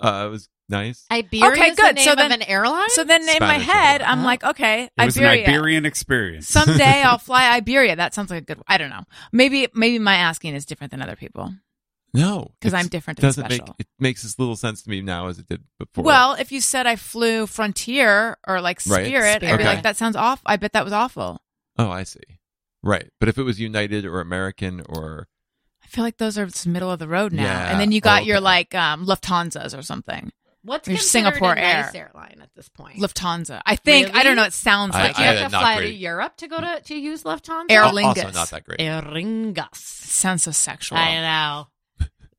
D: Uh, it was nice.
E: Iberia
B: Okay,
E: is the
B: good.
E: name
B: So
E: of
B: then-
E: an airline.
B: So then, in my
D: Spanish
B: head,
D: airline.
B: I'm like, okay,
C: It was
B: Iberia.
C: an Iberian experience.
B: Someday I'll fly Iberia. That sounds like a good. I don't know. Maybe maybe my asking is different than other people
D: No,
B: because
D: it's-
B: I'm different and
D: doesn't
B: special.
D: make it makes as little sense to me now as it did before.
B: well, if you said I flew Frontier or like
D: Right.
B: Spirit, I'd be
D: Spirit.
B: like, that sounds off. I bet that was awful.
D: oh, I see. Right, but if it was United or American or
B: I feel like those are just middle of the road now.
D: Yeah, Oh,
B: and then you got
D: all
B: your
D: the-
B: like um, Lufthansa's or something.
E: what's
B: Your
E: considered
B: Singapore
E: a nice airline at this point?
B: Lufthansa. I think I don't know.
E: Really?
B: It sounds
D: I-
E: Like
B: like
E: you
B: it.
E: have
D: had
E: to
D: not
E: fly to
D: great-
E: Europe to go to to use Lufthansa.
B: Aer
D: Al-
B: Lingus.
D: also not that great.
E: Aeringus.
B: sounds so sexual.
E: I know.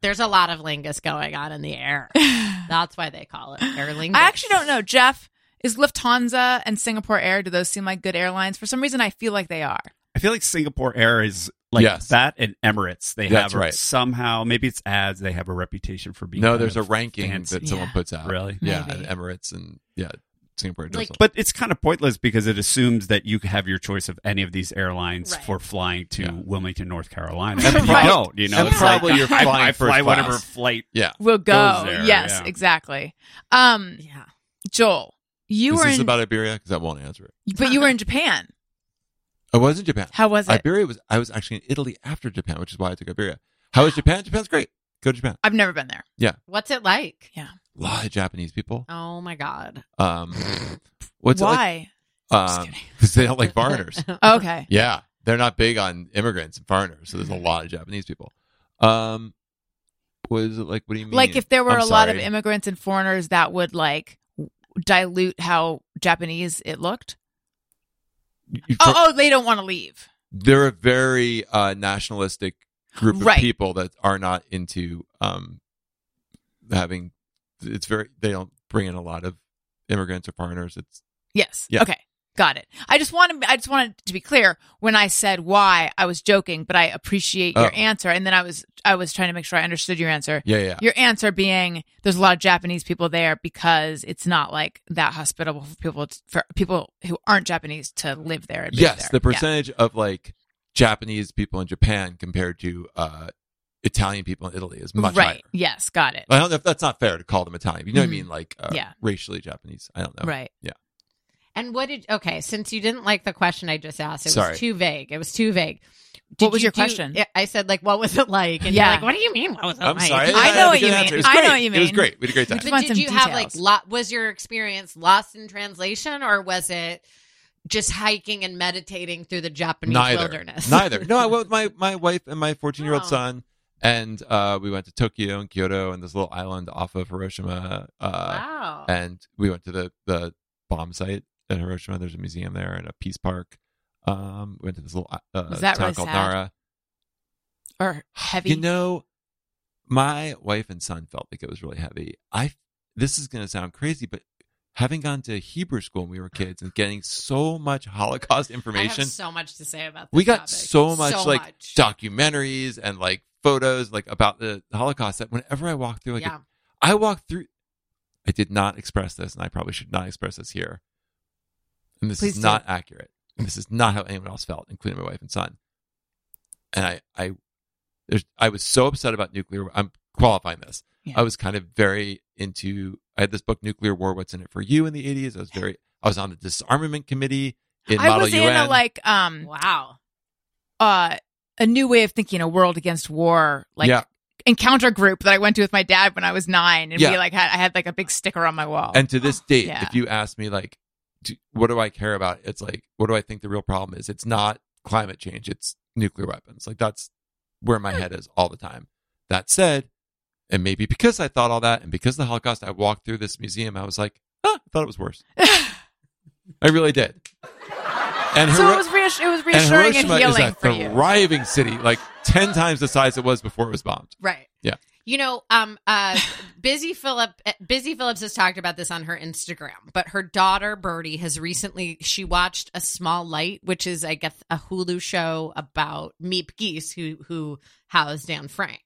E: There's a lot of lingus going on in the air. That's why they call it air lingus.
B: I actually don't know. Jeff, is Lufthansa and Singapore Air? Do those seem like good airlines? For some reason, I feel like they are.
C: I feel like Singapore Air is like
D: Yes.
C: that and Emirates. They
D: That's
C: have a-
D: right.
C: somehow maybe it's ads. They have a reputation for being
D: no,
C: kind
D: there's a
C: of
D: ranking
C: fancy.
D: that someone
B: Yeah.
D: puts out.
C: Really?
D: Yeah,
B: Maybe.
D: and Emirates and yeah, Singapore does
E: Like-
D: all-
C: But it's kind of pointless because it assumes that you have your choice of any of these airlines
E: Right.
C: for flying to
D: Yeah.
C: Wilmington, North Carolina.
D: And
C: you
D: prob-
C: don't, you know.
D: and
C: It's like,
D: probably you're
C: I- I,
D: flying
C: fly
D: first
C: whatever
D: class.
C: flight.
D: yeah.
B: Will go.
C: there,
B: yes,
C: yeah.
B: exactly. Um,
E: Yeah.
B: Joel, you
D: Is
B: were
D: this
B: in,
D: about Iberia? Because I won't answer it.
B: but you were in Japan.
D: I was in Japan.
B: How was it?
D: Iberia was. I was actually in Italy after Japan, which is why I took Iberia. How was Japan? Japan's great. Go to Japan.
B: I've never been there.
E: What's it like?
D: A lot of Japanese people.
E: Oh my god.
D: Um, what's
B: Why?
D: it Um, like?
B: Just
D: Because they don't like foreigners.
B: okay.
D: Yeah, they're not big on immigrants and foreigners. So there's a lot of Japanese people. Um, what is it like? What do you mean?
B: Like if there were
D: I'm
B: a lot of
D: sorry.
B: immigrants and foreigners, that would like w- dilute how Japanese it looked.
D: You-
B: Oh, oh, they don't want to leave.
D: they're a very uh, nationalistic group of
B: Right.
D: people that are not into um, having. It's very. They don't bring in a lot of immigrants or foreigners. It's
B: Yes.
D: Yeah.
B: Okay. Got it. I just wanted I just wanted to be clear when I said why I was joking, but I appreciate your
D: Oh.
B: answer. And then I was I was trying to make sure I understood your answer.
D: yeah, yeah.
B: Your answer being there's a lot of Japanese people there because it's not like that hospitable for people t- for people who aren't Japanese to live there. And move
D: yes
B: there.
D: the
B: Yeah.
D: percentage of like japanese people in japan compared to uh italian people in italy is much
B: right.
D: higher Uh,
B: Yes. Got it.
D: i don't know if that's not fair to call them italian you know
B: Mhm.
D: what i mean like uh,
B: Yeah.
D: racially japanese i don't know
B: Right.
E: And what did okay, since you didn't like the question I just asked, it
D: Sorry.
E: was too vague. It was too vague.
B: What was
E: you
B: your
E: do-
B: question?
E: I- I said like what was it like? And
B: Yeah.
E: you're like, what do you mean what was it
D: i'm
E: like?
D: sorry
B: Oh, I know
D: didn't have a
B: what you
D: good
B: mean.
D: answer. It was
B: I know
D: great.
B: what you
D: it was
B: mean.
D: great we had a great time
B: Just
E: But
B: want
E: did
B: some
E: you have like
B: details.
E: lo- was your experience lost in translation or was it just hiking and meditating through the Japanese
D: neither
E: wilderness?
D: neither no i went with my my wife and my 14 year old
E: Oh.
D: son And uh, we went to Tokyo and Kyoto and this little island off of Hiroshima. Uh,
E: wow.
D: And we went to the, the bomb site in Hiroshima. There's a museum there and a peace park. Um, we went to this little uh,
B: Was that
D: town
B: really
D: called
B: sad?
D: Nara.
B: Or heavy.
D: You know, my wife and son felt like it was really heavy. I this is going to sound crazy, but having gone to Hebrew school when we were kids and getting so much Holocaust
E: I have
D: information,
E: so much to say about this
D: we got
E: topic.
D: so much
E: So
D: like
E: much.
D: documentaries and like photos like about the Holocaust that whenever I walk through, like
E: yeah.
D: I walk through, I did not express this, and I probably should not express this here. And this
E: Please
D: is
E: do.
D: not accurate. And this is not how anyone else felt, including my wife and son. And I, I, there's, I was so upset about nuclear. I'm qualifying this.
B: Yeah.
D: I was kind of very into. I had this book, Nuclear War: What's in It for You, in the '80s. I was very. I was on the disarmament committee in
B: I
D: Model
B: was
D: UN.
B: in a like um
D: Mm-hmm.
E: Wow.
B: uh, a new way of thinking a world against war like
D: Yeah.
B: encounter group that I went to with my dad when I was nine, and
D: Yeah.
B: we like had I had like a big sticker on my wall.
D: And to this date,
B: Oh, Yeah.
D: if you ask me, like, do, what do I care about? It's like, what do I think the real problem is? It's not climate change, it's nuclear weapons. Like, that's where
B: Hmm.
D: my head is all the time. That said, and maybe because I thought all that and because of the Holocaust, I walked through this museum, I was like, huh, I thought it was worse. I really did. And
B: so
D: Hiro-
B: it was reassu- it was
D: and
B: reassuring and,
D: Hiroshima is
B: healing
D: a
B: for you.
D: thriving city, like 10 times the size it was before it was bombed.
E: Right.
D: Yeah.
E: You know, um, uh, Busy Phillip, eh, Busy Phillips has talked about this on her Instagram, but her daughter Birdie has recently she watched A Small Light, which is I guess a Hulu show about Meep Geese, who who housed Dan Frank.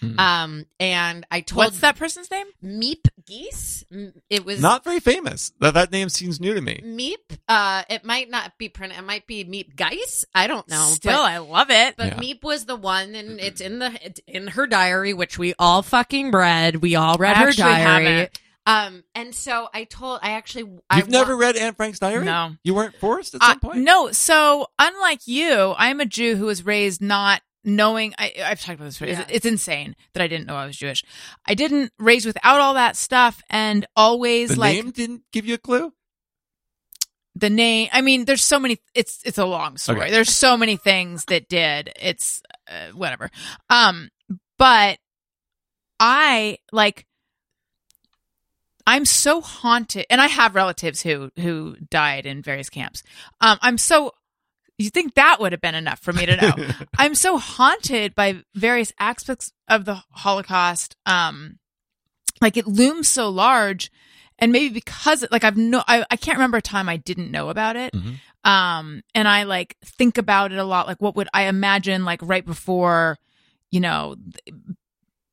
D: Hmm.
E: Um, and I told
B: What's that person's name?
E: Meep Geese. M- It was
D: Not very famous. That, that name seems new to me.
E: Meep. Uh, it might not be printed. It might be Meep Geis. I don't know.
B: Still,
E: but-
B: I love it.
E: But
D: Yeah.
E: Meep was the one, and it's in the it's in her diary, which we all fucking read. We all read
B: I
E: her
B: actually
E: diary.
B: haven't.
E: Um, and so I told I actually you've
D: You've never read Anne Frank's diary?
B: No.
D: You weren't forced at
B: Uh,
D: some point?
B: no, so unlike you, I'm a Jew who was raised not knowing. I, I've talked about this. It's,
E: Yeah.
B: it's insane that I didn't know I was Jewish. I didn't raised without all that stuff, and always
D: The
B: like
D: name didn't give you a clue?
B: the name i mean there's so many it's it's a long story
D: Okay.
B: there's so many things that did it's uh, whatever um but i like i'm so haunted and i have relatives who who died in various camps um i'm so you think that would have been enough for me to know i'm so haunted by various aspects of the holocaust um like it looms so large and maybe because like i've no i, I can't remember a time i didn't know about it
D: Mhm.
B: um and i like think about it a lot like what would i imagine like right before you know th-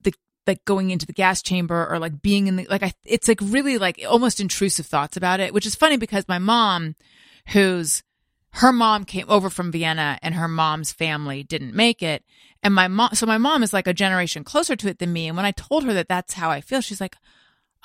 B: the like going into the gas chamber or like being in the like i it's like really like almost intrusive thoughts about it which is funny because my mom who's her mom came over from Vienna and her mom's family didn't make it. And my mom, so my mom is like a generation closer to it than me. And when I told her that that's how I feel, she's like,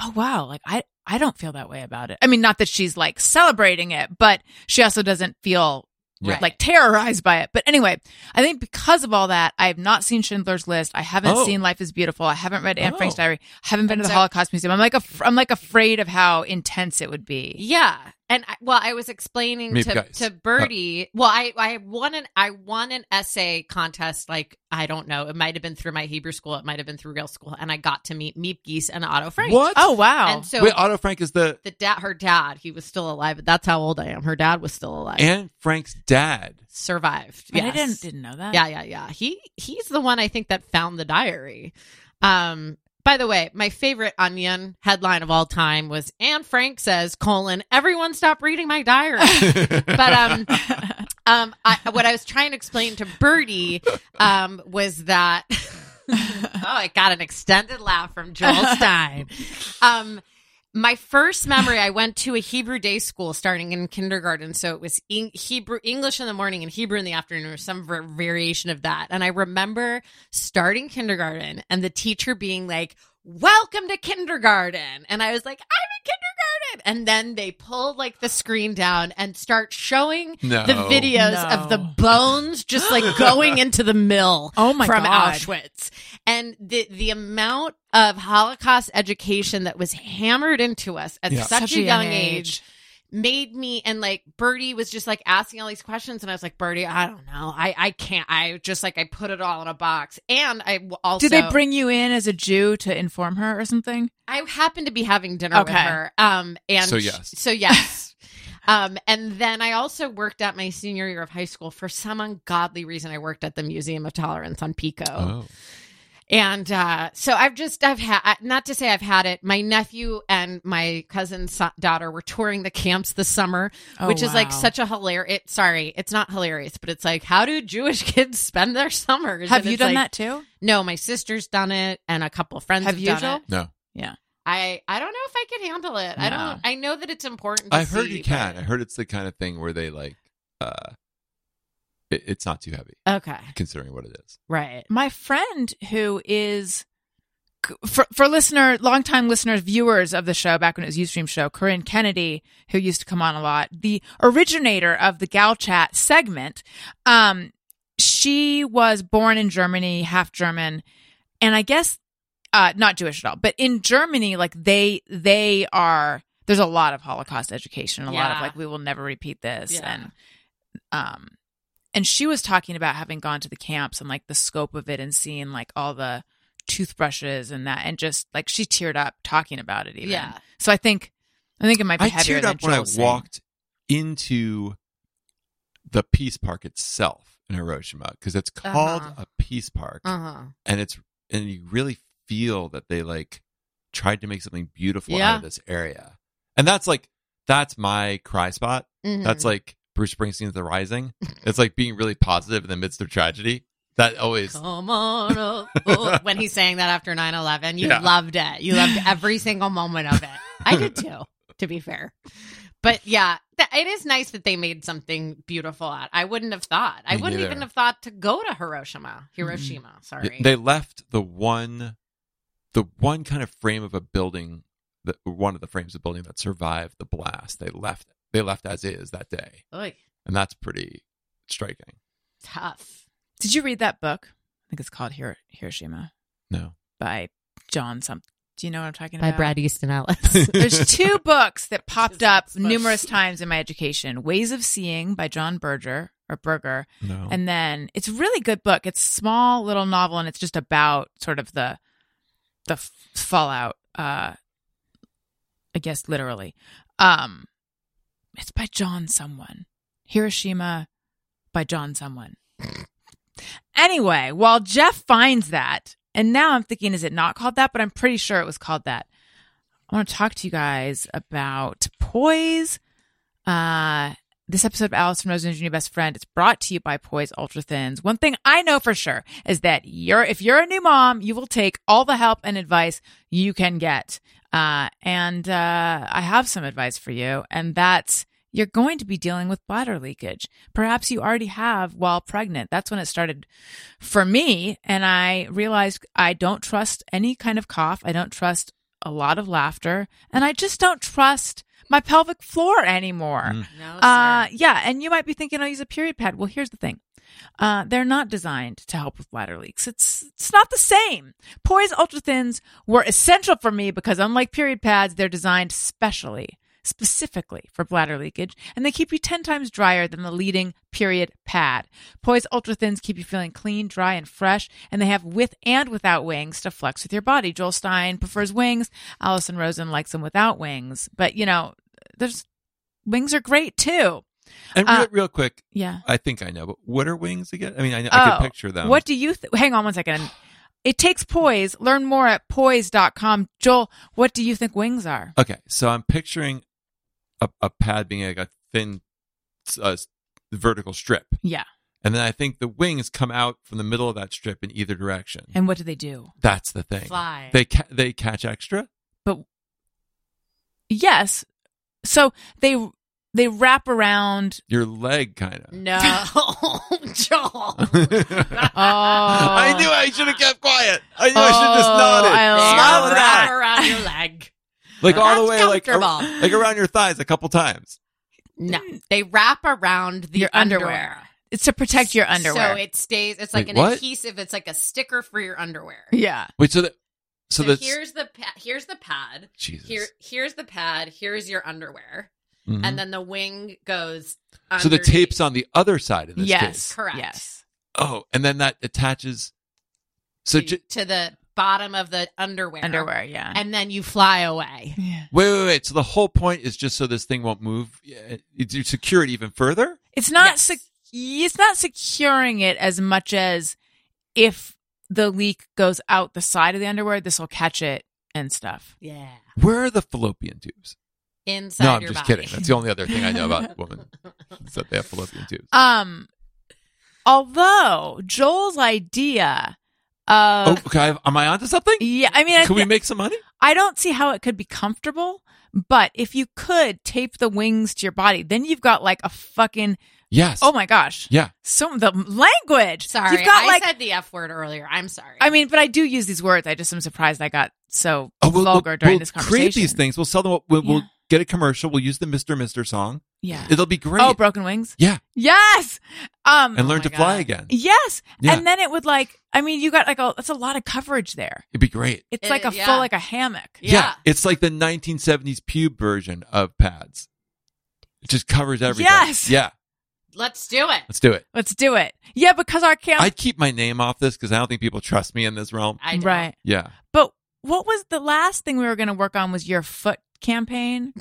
B: oh, wow, like I, I don't feel that way about it. I mean, not that she's like celebrating it, but she also doesn't feel
D: Yeah.
B: like terrorized by it. But anyway, I think because of all that, I have not seen Schindler's List. I haven't
D: Oh.
B: seen Life is Beautiful. I haven't read Anne Frank's
D: Oh.
B: Diary. I haven't been to
E: And
B: the
E: so-
B: Holocaust Museum. I'm like, af- I'm like afraid of how intense it would be.
E: Yeah. And I, well, I was explaining
D: Meep
E: to,
D: Geis.
E: to Birdie. well, I, I won an I won an essay contest. Like I don't know, it might have been through my Hebrew school, it might have been through real school, and I got to meet Meep Geese and Otto Frank.
D: What?
B: Oh, wow.
E: And so
D: Wait, Otto Frank is the
E: the dad, her dad, he was still alive. But that's how old I am. Her dad was still alive.
D: Anne Frank's dad.
E: survived.
B: And
E: Yes.
B: I didn't, didn't know that.
E: Yeah, yeah, yeah. He he's the one I think that found the diary. Um by the way, my favorite onion headline of all time was Anne Frank says, colon, everyone stop reading my diary. but um um I, what I was trying to explain to Birdie um was that oh, I got an extended laugh from Joel Stein. Um my first memory, I went to a Hebrew day school starting in kindergarten. So it was Eng- Hebrew, English in the morning and Hebrew in the afternoon, or some ver- variation of that. And I remember starting kindergarten and the teacher being like, Welcome to kindergarten. And I was like, I'm in kindergarten. And then they pull like the screen down and start showing
D: No.
E: the videos
B: No.
E: of the bones just like going into the mill
B: Oh my
E: from
B: God.
E: Auschwitz. And the the amount of Holocaust education that was hammered into us at
D: Yeah.
E: such, a young age. made me and like Birdie was just like asking all these questions and I was like Birdie I don't know I I can't I just like I put it all in a box and I w- also
B: Did they bring you in as a Jew to inform her or something?
E: I happened to be having dinner with
B: Okay.
E: her um and
D: So yes.
E: so yes um and then I also worked at my senior year of high school for some ungodly reason I worked at the Museum of Tolerance on Pico
D: Oh.
E: and uh, so I've just I've had not to say I've had it. My nephew and my cousin's so- daughter were touring the camps this summer,
B: Oh,
E: which is like
B: wow.
E: such a hilarious. Sorry, it's not hilarious, but it's like how do Jewish kids spend their summers?
B: Have
E: And
B: you
E: it's
B: done that
E: like-
B: too?
E: No, my sister's done it, and a couple friends have,
B: Have you,
E: done
B: Joel?
E: it.
D: No.
E: I I don't know if I could handle it. I
B: No.
E: don't. I know that it's important. To
D: I've heard
E: see,
D: you can. I
E: but-
D: heard it's the kind of thing where they like uh it, it's not too heavy
E: Okay,
D: considering what it is.
E: right.
B: my friend who is for for listener longtime listeners viewers of the show back when it was Ustream show Corinne Kennedy who used to come on a lot the originator of the Gal Chat segment um she was born in Germany half German and I guess uh not Jewish at all but in Germany like they they are there's a lot of Holocaust education a lot of
E: Yeah.
B: like we will never repeat this
E: Yeah.
B: and um and she was talking about having gone to the camps and like the scope of it and seeing like all the toothbrushes and that and just like she teared up talking about it even.
E: Yeah.
B: So I think I think it might be
D: I
B: heavier
D: teared
B: than
D: up when I
B: Joel's saying.
D: walked into the peace park itself in Hiroshima because it's called
E: Uh-huh.
D: a peace park
E: Uh huh.
D: and it's and you really feel that they like tried to make something beautiful out
E: Yeah.
D: of this area. And that's like that's my cry spot.
E: Mm-hmm.
B: Mm.
D: That's like Bruce Springsteen's The Rising. It's like being really positive in the midst of tragedy. That always
E: Come on up. Oh, when he sang that after 9 11, you
D: Yeah.
E: loved it. You loved every single moment of it. I did too, to be fair. But yeah, th- it is nice that they made something beautiful out. I wouldn't have thought. I
D: Me
E: wouldn't
D: neither. Mm-hmm.
E: even have thought to go to Hiroshima. Hiroshima, sorry.
D: They left the one, the one kind of frame of a building, the, one of the frames of building that survived the blast. They left. They left as is that day,
E: Oy,
D: and that's pretty striking.
E: tough.
B: Did you read that book? I think it's called Hir- Hiroshima
D: No,
B: by John some do you know what I'm talking
E: By
B: about?
E: Brad Easton Ellis.
B: There's two books that popped
E: Just not
B: up
E: supposed-
B: numerous times in my education. Ways of Seeing by John Berger or Berger
D: no.
B: And then it's a really good book. It's a small little novel and it's just about sort of the the f- fallout uh I guess literally. Um it's by John someone. Hiroshima by John someone. anyway, while Jeff finds that, and now I'm thinking is it not called that, but I'm pretty sure it was called that. I want to talk to you guys about Poise uh, this episode of Alice from Rosen is your new best friend. It's brought to you by Poise Ultra Thins. One thing I know for sure is that you're if you're a new mom, you will take all the help and advice you can get. Uh, and uh, I have some advice for you, and that's you're going to be dealing with bladder leakage. Perhaps you already have while pregnant. That's when it started for me, and I realized I don't trust any kind of cough. I don't trust a lot of laughter, and I just don't trust my pelvic floor anymore.
E: No,
B: Uh,
E: sir.
B: yeah, and you might be thinking I'll use a period pad. Well, here's the thing. Uh, they're not designed to help with bladder leaks. It's it's not the same. Poise Ultra Thins were essential for me because unlike period pads, they're designed specially, specifically for bladder leakage, and they keep you 10 times drier than the leading period pad. Poise Ultra Thins keep you feeling clean, dry, and fresh, and they have with and without wings to flex with your body. Joel Stein prefers wings. Allison Rosen likes them without wings. But, you know, there's wings are great too.
D: and real,
B: uh,
D: real quick,
B: Yeah.
D: I think I know. But what are wings again? I mean, I, know, I
B: Oh,
D: can picture them.
B: What do you th- hang on one second? It takes poise. Learn more at poise.com. Joel, what do you think wings are?
D: Okay, so I'm picturing a, a pad being like a thin, uh, s- vertical strip,
B: Yeah.
D: and then I think the wings come out from the middle of that strip in either direction.
B: And what do they do?
D: That's the thing.
E: Fly.
D: They ca- they catch extra.
B: Yes. So they they wrap around.
D: Your leg kind
B: Mm.
D: of.
E: no, Joel.
B: Oh. I
D: I should have kept quiet. I knew
B: Oh, I
E: They
B: Smile
E: are
B: at that.
E: wrapped around your leg.
D: like all the
E: That's
D: way, like ar-
E: comfortable.
D: like around your thighs a couple times.
E: No, they wrap around the
B: Your underwear. It's to protect your underwear.
E: So it stays. It's like
D: Wait,
E: an
D: what?
E: adhesive. It's like a sticker for your underwear.
B: yeah.
D: Wait, so that so,
E: So,
D: that's
E: here's the pa- here's the pad.
D: Jesus.
E: Here here's the pad. Here's your underwear.
D: Mhm.
E: and then the wing goes.
D: so the
E: underneath.
D: tape's on the other side in this
B: yes,
D: case.
E: Correct.
B: Yes,
D: Oh, and then that attaches. So
E: to,
D: j-
E: to the bottom of the underwear.
B: underwear. Yeah.
E: And then you fly away.
B: yeah.
D: wait, wait, wait. So the whole point is just so this thing won't move. Yeah, it- You secure it even further.
B: It's not
E: Yes.
B: sec- it's not securing it as much as if the leak goes out the side of the underwear, this will catch it and stuff.
E: Yeah.
D: Where are the fallopian tubes?
E: Inside
D: no, I'm
E: your
D: just
E: body.
D: kidding. That's the only other thing I know about women is that they have fallopian tubes.
B: Um, although Joel's idea
D: oh,
B: of
D: okay. I've- Am I onto something?
B: Uh, yeah, I mean, I,
D: Can we
B: thi-
D: make some money?
B: I don't see how it could be comfortable, but if you could tape the wings to your body, then you've got like a fucking
D: Yes.
B: oh my gosh,
D: Yeah.
B: so the language.
E: Sorry,
B: you've got
E: I
B: like
E: said the F word earlier. I'm sorry.
B: I mean, but I do use these words. I just am surprised I got so
D: Oh, we'll,
B: vulgar
D: we'll-
B: during
D: we'll
B: this conversation.
D: create these things. We'll sell them. We'll, we'll
B: Yeah.
D: get a commercial. We'll use the Mister Mister song.
B: Yeah.
D: It'll be great.
B: Oh, broken wings.
D: Yeah.
B: Yes. Um.
D: and
E: Oh
D: learn
E: my
D: to fly
E: God.
D: again.
B: yes.
D: Yeah.
B: And then it would like. I mean, you got like a. That's a lot of coverage there.
D: It'd be great.
B: It's
E: It-
B: like a
E: yeah.
B: full like a hammock.
E: Yeah.
D: It's like the 1970s pube version of pads. It just covers everything.
B: Yes.
D: Yeah.
E: Let's do it.
D: Let's do it.
B: Let's do it. Yeah, because our camp.
D: I'd keep my name off this because I don't think people trust me in this realm.
E: I don't.
B: right.
D: Yeah.
B: But what was the last thing we were going to work on? Was your foot campaign?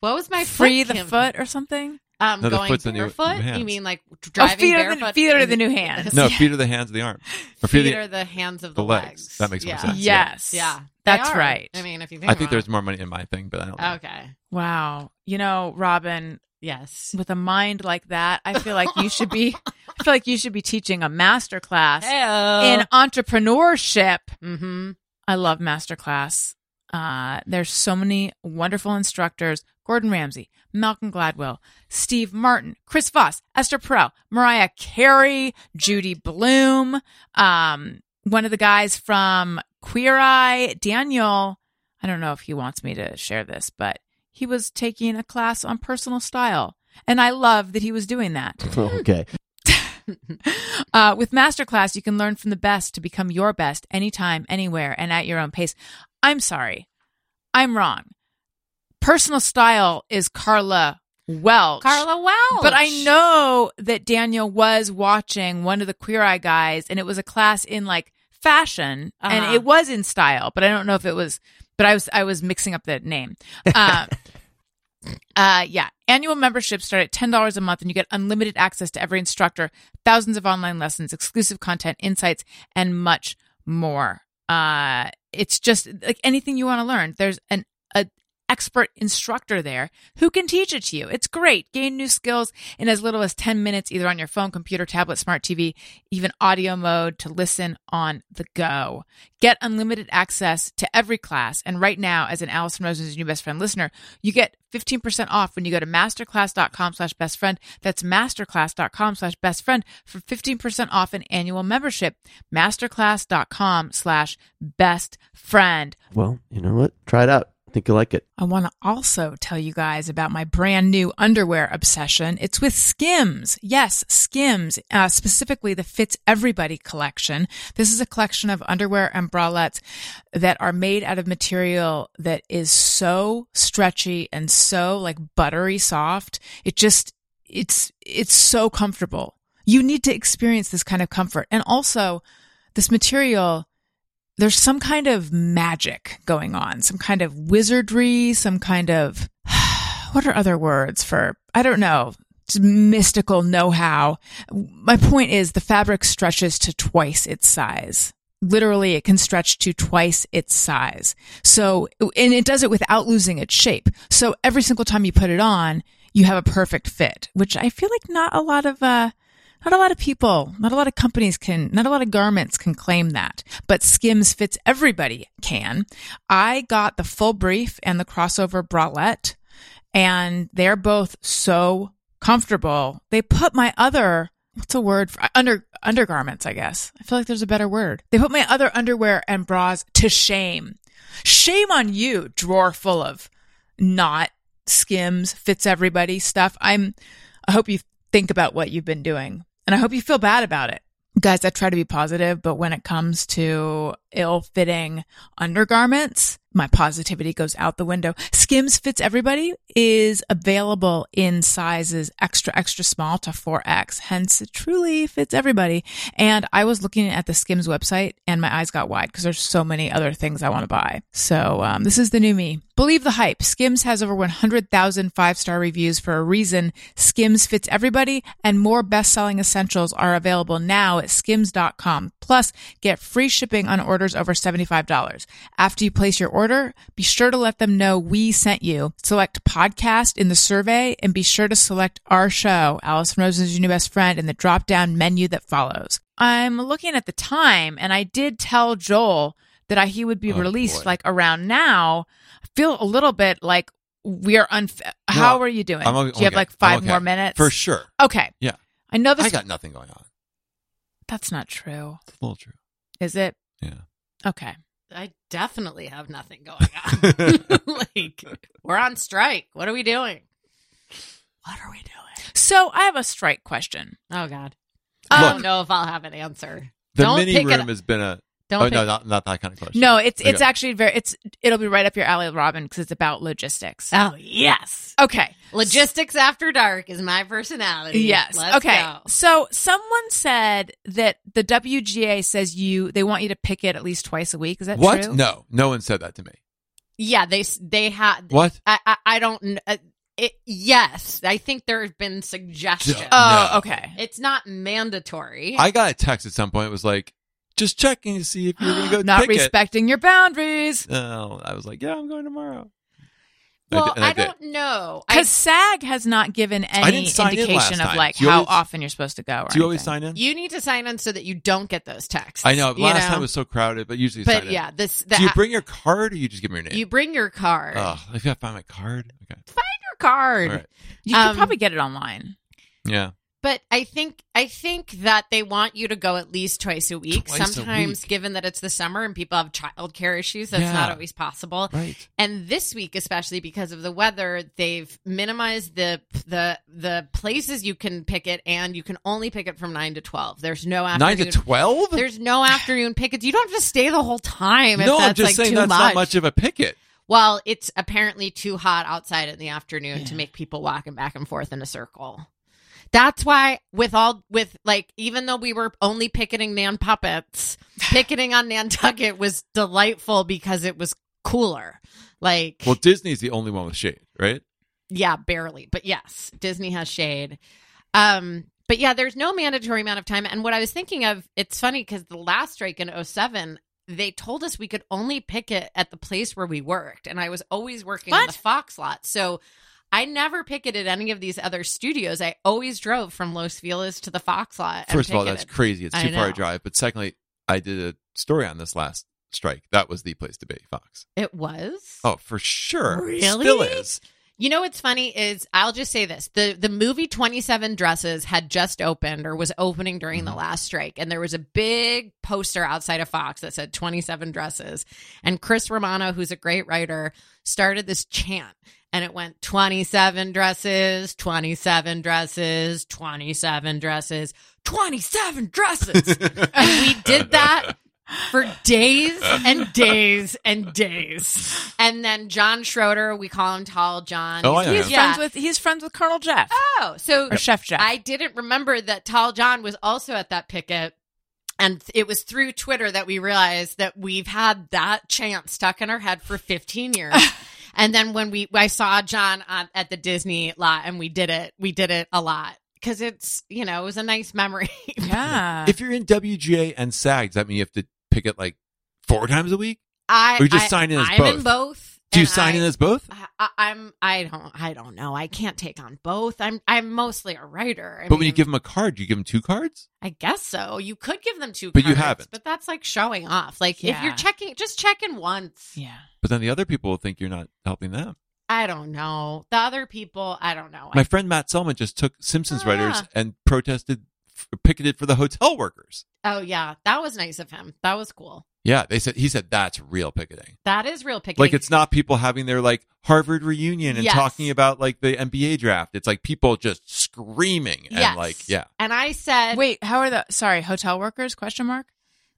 E: What was my
B: free
E: foot
B: the
E: Kim?
B: foot or something?
E: Um,
D: No, the
E: going
D: foot's the new-
E: barefoot.
D: new
E: you
D: hands.
E: mean like
B: Oh,
E: driving
B: feet are the
E: barefoot?
B: feet are
E: in-
B: the new hands.
D: No, feet are the hands of the arm. Or feet are
E: Feet
D: the-
E: are the hands of the,
D: the legs. That makes more
E: yeah.
D: sense.
B: Yes.
E: Yeah, they
B: That's
E: are.
B: right.
E: I mean, if you think,
D: I think
E: about
D: there's more money in my thing, but I don't
E: it.
D: know.
E: okay.
B: Wow. You know, Robin,
E: Yes.
B: with a mind like that, I feel like you should be. I feel like you should be teaching a master class in
E: Hey.
B: entrepreneurship.
E: Mm-hmm.
B: I love Masterclass. Uh, there's so many wonderful instructors Gordon Ramsay, Malcolm Gladwell, Steve Martin, Chris Voss, Esther Perel, Mariah Carey, Judy Bloom, um, one of the guys from Queer Eye, Daniel. I don't know if he wants me to share this, but he was taking a class on personal style. And I love that he was doing that
A: okay.
B: uh, with Masterclass, you can learn from the best to become your best anytime, anywhere, and at your own pace. I'm sorry. I'm wrong. Personal style is Carla Welch.
E: Carla Welch.
B: But I know that Daniel was watching one of the Queer Eye guys, and it was a class in like fashion,
E: Uh-huh.
B: and it was in style. But I don't know if it was. But I was I was mixing up the name. Uh, uh, yeah, annual memberships start at ten dollars a month, and you get unlimited access to every instructor, thousands of online lessons, exclusive content, insights, and much more. Uh, it's just like anything you want to learn. There's an a expert instructor there who can teach it to you. It's great. Gain new skills in as little as 10 minutes, either on your phone, computer, tablet, smart TV, even audio mode to listen on the go. Get unlimited access to every class. And right now, as an Allison Rosen's new best friend listener, you get 15% off when you go to masterclass.com slash best friend. That's masterclass.com slash best friend for 15% off an annual membership. Masterclass.com slash best friend.
A: Well, you know what? Try it out. I think you'll like it.
B: I want to also tell you guys about my brand new underwear obsession. It's with Skims. Yes, Skims, uh, specifically the Fits Everybody collection. This is a collection of underwear and bralettes that are made out of material that is so stretchy and so like buttery soft. It just, it's, it's so comfortable. You need to experience this kind of comfort. And also this material there's some kind of magic going on, some kind of wizardry, some kind of what are other words for I don't know, it's mystical know-how. My point is the fabric stretches to twice its size. Literally, it can stretch to twice its size. So, and it does it without losing its shape. So every single time you put it on, you have a perfect fit, which I feel like not a lot of, uh, not a lot of people, not a lot of companies can, not a lot of garments can claim that, but Skims fits everybody can. I got the full brief and the crossover bralette and they're both so comfortable. They put my other, what's a word for under, undergarments, I guess. I feel like there's a better word. They put my other underwear and bras to shame. Shame on you, drawer full of not skims, fits everybody stuff. I'm, I hope you think about what you've been doing and I hope you feel bad about it. Guys, I try to be positive, but when it comes to ill fitting undergarments, my positivity goes out the window. Skims Fits Everybody is available in sizes extra, extra small to 4X, hence it truly fits everybody. And I was looking at the Skims website and my eyes got wide because there's so many other things I want to buy. So um, this is the new me. Believe the hype. Skims has over 100,000 five star reviews for a reason. Skims fits everybody, and more best selling essentials are available now at skims.com. Plus, get free shipping on orders over $75. After you place your order, be sure to let them know we sent you. Select podcast in the survey and be sure to select our show, Allison Rosen's Your New Best Friend, in the drop down menu that follows. I'm looking at the time, and I did tell Joel that I, he would be
D: Oh,
B: released
D: boy.
B: like around now. I feel a little bit like we are unf How
D: No,
B: are you doing?
D: I'm o-
B: Do you have
D: okay.
B: like 5
D: I'm okay.
B: more minutes?
D: for sure.
B: Okay.
D: Yeah.
B: I know this.
D: I got nothing going on.
B: that's not true.
D: It's a little true.
B: Is it?
D: Yeah.
B: Okay.
E: I definitely have nothing going on. like we're on strike. What are we doing?
B: What are we doing? So I have a strike question.
E: Oh God, I
B: Um,
E: don't know if I'll have an answer.
D: The
E: Don't
D: mini
E: pick it
D: room
E: up.
D: has been a.
E: Don't.
D: Oh
E: pick-
D: no, not, not that kind of question.
B: No, it's it's
D: Okay.
B: actually very it's it'll be right up your alley, Robin, because it's about logistics.
E: Oh yes,
B: Okay.
E: logistics after dark is my personality.
B: Yes.
E: Let's
B: okay.
E: go.
B: So someone said that the WGA says you they want you to pick it at least twice a week. Is that
D: What?
B: true?
D: No, no one said that to me.
E: Yeah, they s- they had.
D: What?
E: I, I I don't. kn- Uh, it, yes, I think there have been suggestions.
B: Oh,
D: No.
B: okay.
E: it's not mandatory.
D: Uh, I got a text at some point. It was like, just checking to see if you're going to go.
B: Not
D: pick it."
B: respecting your boundaries.
D: Oh, I was like, yeah, I'm going tomorrow. I
E: well,
D: did- and
E: I,
D: I did.
E: don't know. I,
B: Because SAG has not given any
D: didn't sign in last
B: indication of
D: time.
B: like
D: Do you
B: how
D: always-
B: often you're supposed to go. Or
D: Do you always
B: anything.
D: sign in?
E: you need to sign in so that you don't get those texts.
D: I know. Last
E: you
D: time was so crowded, but usually. you
E: But
D: sign in.
E: yeah, this the
D: Do you
E: app-
D: bring your card or you just give me your name?
E: you bring your card.
D: Oh, I gotta find my card. Okay.
E: Your card.
D: All right.
B: You could
E: Um,
B: probably get it online.
D: Yeah.
E: But I think I think that they want you to go at least twice a week.
D: Twice a
E: Sometimes,
D: week.
E: given that it's the summer and people have childcare issues, that's
D: Yeah.
E: not always possible.
D: Right.
E: And this week, especially because of the weather, they've minimized the the the places you can pick it, and you can only pick it from nine to twelve. There's no
D: Nine
E: afternoon.
D: to twelve.
E: There's no afternoon pickets. You don't have to stay the whole time. If
D: No,
E: that's
D: I'm just
E: like
D: saying
E: too
D: that's
E: much.
D: not much of a picket.
E: Well, it's apparently too hot outside in the afternoon to make people walking back and forth in a circle. That's why, with all, with like, even though we were only picketing Nan puppets, picketing on Nantucket was delightful because it was cooler. Like,
D: Well, Disney's the only one with shade, right?
E: yeah, barely, but yes, Disney has shade. Um, but yeah, there's no mandatory amount of time. And what I was thinking of, it's funny because the last strike in 07, they told us we could only pick it at the place where we worked. And I was always working on
B: What?
E: the Fox lot. So I never picketed any of these other studios. I always drove from Los Feliz to the Fox lot. and
D: First of all, that's
E: picketed.
D: crazy. It's
E: I
D: too far
E: know.
D: a drive. But secondly, I did a story on this last strike. That was the place to be, Fox.
E: it was.
D: Oh, for sure.
E: Really?
D: Still is.
E: You know what's funny is I'll just say this. The the movie 27 Dresses had just opened or was opening during the last strike and there was a big poster outside of Fox that said 27 Dresses and Chris Romano who's a great writer started this chant and it went 27 dresses, 27 dresses, 27 dresses, 27 dresses. and we did that for days and days and days. And then John Schroeder, we call him Tall John.
D: Oh, I know
B: He's
D: him.
E: yeah.
B: friends with he's friends with Colonel Jeff
E: oh, so
B: or Chef Jeff.
E: I didn't remember that Tall John was also at that picket. And it was through Twitter that we realized that we've had that chant stuck in our head for 15 years. and then when we, I saw John on, at the Disney lot and we did it, we did it a lot because it's, you know, it was a nice memory.
B: yeah.
D: If you're in WGA and SAG, does that mean you have to pick it like four times a week?
E: I,
D: Or you just
E: I-
D: sign in as
E: I'm in
D: both?
E: both.
D: Do you
E: and
D: sign
E: I-
D: in as both?
E: I, I- I'm I don't I don't know. I can't take on both. I'm I'm mostly a writer. I
D: but when you
E: mean,
D: give them a card, you give them two cards?
E: I guess so. You could give them two,
D: But you
E: cards,
D: haven't.
E: But that's like showing off. Like if
B: Yeah.
E: you're checking, just check in once.
B: yeah.
D: But then the other people will think you're not helping them.
E: I don't know the other people. I don't know.
D: My friend Matt Selman just took Simpsons
E: Ah.
D: writers and protested, f- picketed for the hotel workers.
E: oh yeah, that was nice of him. That was cool.
D: Yeah, they said he said that's real picketing.
E: That is real picking.
D: Like it's not people having their like Harvard reunion and
E: Yes.
D: talking about like the NBA draft. It's like people just screaming and
E: Yes.
D: like yeah.
E: And I said,
B: Wait, how are the sorry hotel workers? Question mark.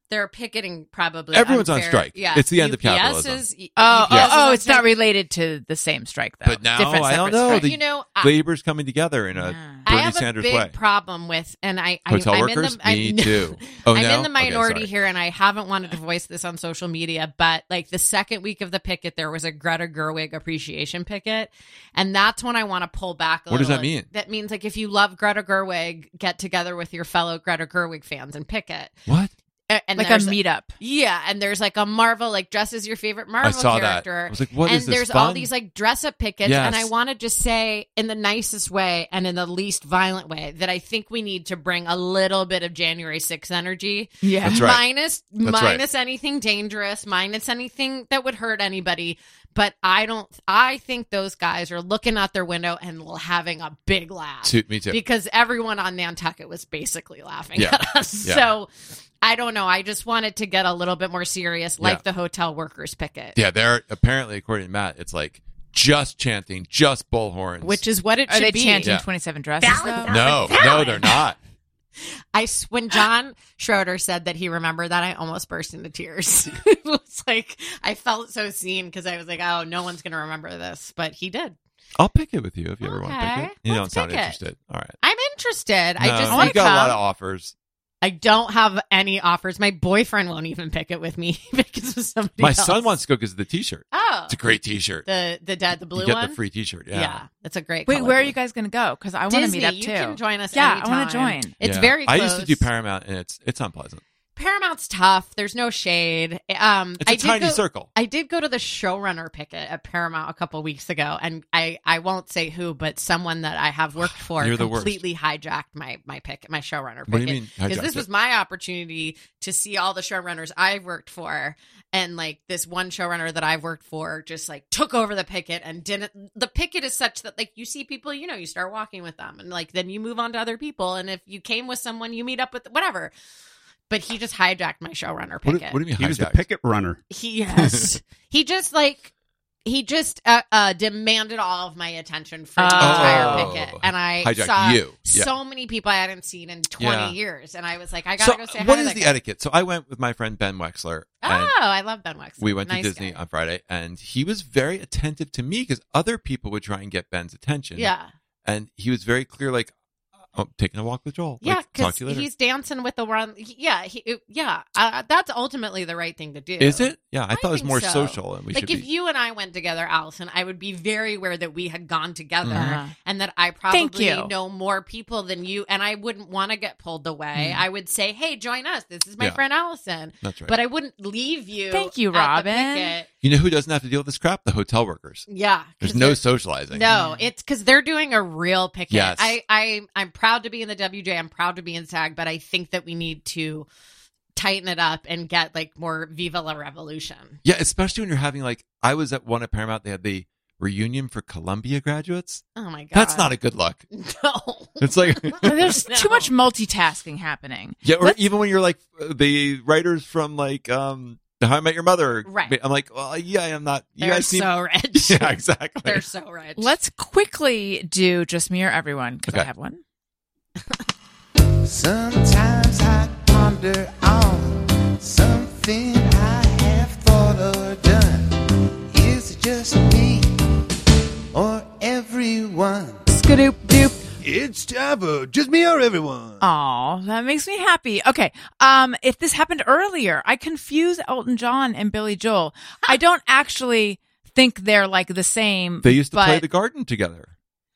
E: They're picketing probably.
D: Everyone's on
E: unfair-
D: strike.
E: Yeah,
D: It's the end of
E: UPS
D: capitalism.
E: Is,
B: Oh,
E: UPS is
B: oh, oh,
E: on
B: it's not
E: strike.
B: related to the same strike though.
D: But now,
B: Different,
D: I
B: separate
D: don't know.
B: strike.
D: Oh, The
E: You know, I,
D: Labor's coming together in a
B: Yeah.
E: Ah. I
D: Bernie
E: have
D: Sanders
E: a big
D: way.
E: problem with, and I, I
D: hotel
E: I'm
D: workers.
E: In the,
D: Me
E: I'm,
D: too. Oh
E: I'm
D: no?
E: in the
D: Okay,
E: minority
D: sorry.
E: here, and I haven't wanted to voice this on social media, but like the second week of the picket, there was a Greta Gerwig appreciation picket, and that's when I want to pull back. A
D: What does
E: little.
D: that mean?
E: That means like if you love Greta Gerwig, get together with your fellow Greta Gerwig fans and picket,
D: What?
E: A- and
B: like a
E: there's-
B: meetup.
E: Yeah, and there's like a Marvel like dress as your favorite Marvel
D: I saw that.
E: character
D: I was like, what is
E: and
D: this?
E: there's all
D: fun?
E: these like dress up pickets and i
D: Yes.
E: want to just say in the nicest way and in the least violent way that i think we need to bring a little bit of january 6th energy
B: Yeah.
D: That's right.
E: minus
D: That's right.
E: minus anything dangerous minus anything that would hurt anybody but i don't i think those guys are looking out their window and l- having a big laugh
D: Too- me too.
E: because everyone on Nantucket was basically laughing
D: Yeah.
E: at us.
D: Yeah.
E: So I don't know. I just wanted to get a little bit more serious, like
D: Yeah.
E: the hotel workers picket.
D: Yeah, they're apparently, according to Matt, it's like just chanting, just bullhorns.
E: Which is what it
B: Are
E: should
B: they
E: be.
B: chanting
D: Yeah.
B: 27 dresses though?
D: no, no, they're not.
E: I s- when John Schroeder said that he remembered that, I almost burst into tears. it was like I felt so seen because I was like, "Oh, no one's gonna remember this," but he did.
D: I'll pick it with you if you ever want to
E: Okay,
D: pick it. You
E: let's
D: don't sound
E: pick it.
D: interested. All right.
E: I'm interested. I
D: No,
E: just
D: you
E: want to
D: got a lot of
E: come.
D: offers.
E: I don't have any offers. My boyfriend won't even pick it with me because of somebody.
D: My
E: else.
D: son wants to go because of the T-shirt.
E: Oh,
D: It's a great T-shirt.
E: the the dead the blue
D: you get
E: one.
D: the free T-shirt.
E: yeah.
D: Yeah.
E: that's a great.
B: Wait,
E: color
B: where are
E: blue.
B: you guys going to go? Because I want to
E: Disney,
B: meet up too.
E: You can join us.
B: yeah, I
E: want
B: want
E: to
B: to join.
E: It's
D: Yeah.
E: very. Close.
D: I used to do Paramount, and it's it's unpleasant.
E: Paramount's tough. There's no shade. Um,
D: It's a
E: I did
D: tiny
E: go-
D: circle.
E: I did go to the showrunner picket at Paramount a couple weeks ago, and I, I won't say who, but someone that I have worked for
D: You're the worst.
E: completely hijacked my my pick my showrunner picket.
D: What do you mean?
E: Because
D: hijacked
E: this
D: it?
E: was my opportunity to see all the showrunners I've worked for, and like this one showrunner that I've worked for just like took over the picket and didn't. The picket is such that like you see people, you know, you start walking with them, and like then you move on to other people, and if you came with someone, you meet up with whatever. But he just hijacked my showrunner
D: What,
E: picket
D: do- what do you mean?
C: He was the
D: hijacked?
C: picket runner.
E: he yes he just like he just uh, uh demanded all of my attention for
B: Oh.
E: the entire picket and i
D: Hijacked
E: saw
D: you. Yeah.
E: so many people i hadn't seen in 20
D: Yeah.
E: years and i was like i gotta
D: So,
E: go say hi
D: what
E: to
D: is
E: that
D: the
E: guy.
D: etiquette? So, I went with my friend Ben Wexler, and
E: oh i love ben wexler
D: we went
E: Nice
D: to Disney
E: guy.
D: on Friday, and he was very attentive to me because other people would try and get Ben's attention.
E: yeah
D: and he was very clear, like, "I'm taking a walk with Joel."
E: yeah
D: like, talk
E: because
D: to you later.
E: he's dancing with the one yeah he it- yeah uh, that's ultimately the right thing to do
D: Is it? Yeah, I,
E: I
D: thought it was
E: think
D: more
E: so.
D: social, and we
E: like
D: should
E: if
D: be.
E: you and I went together, Allison, I would be very aware that we had gone together
D: Mm-hmm.
B: Uh-huh.
E: and that I
B: Thank
E: probably
B: you.
E: know more people than you, and I wouldn't want to get pulled away. I would say, "Hey, join us. This is my
D: Mm-hmm. Yeah.
E: friend Allison,"
D: That's right.
E: but I wouldn't leave you.
B: Thank you,
E: at the
B: Robin.
E: picket.
D: you know who doesn't have to deal with this crap? The hotel workers.
E: Yeah, 'cause
D: There's no
E: they're-
D: socializing.
E: No, it's because they're doing a real picket.
D: Yes.
E: I, I, I'm proud to be in the WJ. I'm proud to be in SAG, but I think that we need to tighten it up and get like more Viva la Revolution.
D: Yeah, especially when you're having like I was at one at Paramount. They had the reunion for Columbia graduates.
E: Oh my god, Oh,
D: That's not a good look.
E: no.
D: It's like
B: There's
E: No.
B: too much multitasking happening.
D: yeah, or
B: Let's-
D: even when you're like uh, the writers from like um the How I Met Your Mother.
E: Right.
D: I'm like, well, yeah, I'm not. You
E: They're
D: guys seem.
E: so rich.
D: yeah, exactly.
E: They're so rich.
B: Let's quickly do just me or everyone because I
D: Okay.
B: have one.
F: Sometimes I ponder on something I have thought or done. Is it just me or everyone?
B: Skadoop doop.
F: It's time for just me or everyone.
B: Oh, that makes me happy. Okay. Um, if this happened earlier, I confuse Elton John and Billy Joel. I don't actually think they're like the same.
D: They used to play
B: but-
D: the garden together.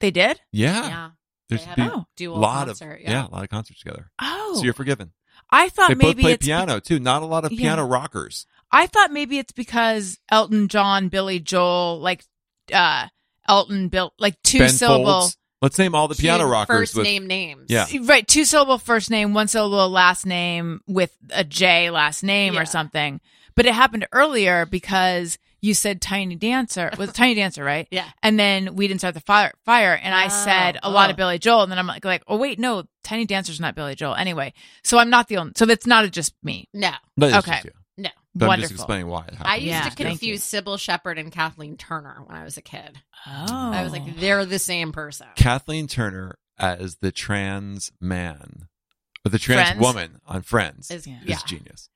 B: They did.
D: Yeah,
E: yeah.
D: there's
E: They had
D: been
E: a
B: Oh.
D: a
E: dual
D: lot
E: concert,
D: of
E: yeah. Ah,
D: yeah. a lot of concerts together.
B: Oh,
D: So you're forgiven.
B: I thought
D: They both
B: maybe
D: play
B: it's.
D: piano too. Not a lot of
B: Yeah.
D: piano rockers.
B: I thought maybe it's because Elton John, Billy Joel, like uh Elton built like two
D: ben
B: syllable.
D: Folds. Let's name all the piano
E: Two
D: rockers
E: First
D: with
E: name names.
D: Yeah.
B: Right, two syllable first name, one syllable last name with a J last name
E: Yeah.
B: or something. But it happened earlier because you said Tiny Dancer It was Tiny Dancer, right?
E: Yeah.
B: And then we didn't start the fire, fire and I
E: Oh,
B: said a lot
E: oh.
B: of Billy Joel, and then I'm like, like, oh wait, no, Tiny Dancer's not Billy Joel anyway. So I'm not the only. So that's not a just me.
E: No,
D: No, that's
B: Okay.
D: just you.
E: no.
D: But I'm just
B: Wonderful.
D: explaining why. It
E: I used
B: Yeah,
E: to
B: thank you.
E: confuse Sybil Shepherd and Kathleen Turner when I was a kid.
B: Oh,
E: I was like, they're the same person.
D: Kathleen Turner as the trans man, or the trans
B: Friends?
D: woman on Friends
E: Is-
D: is,
E: yeah.
D: genius.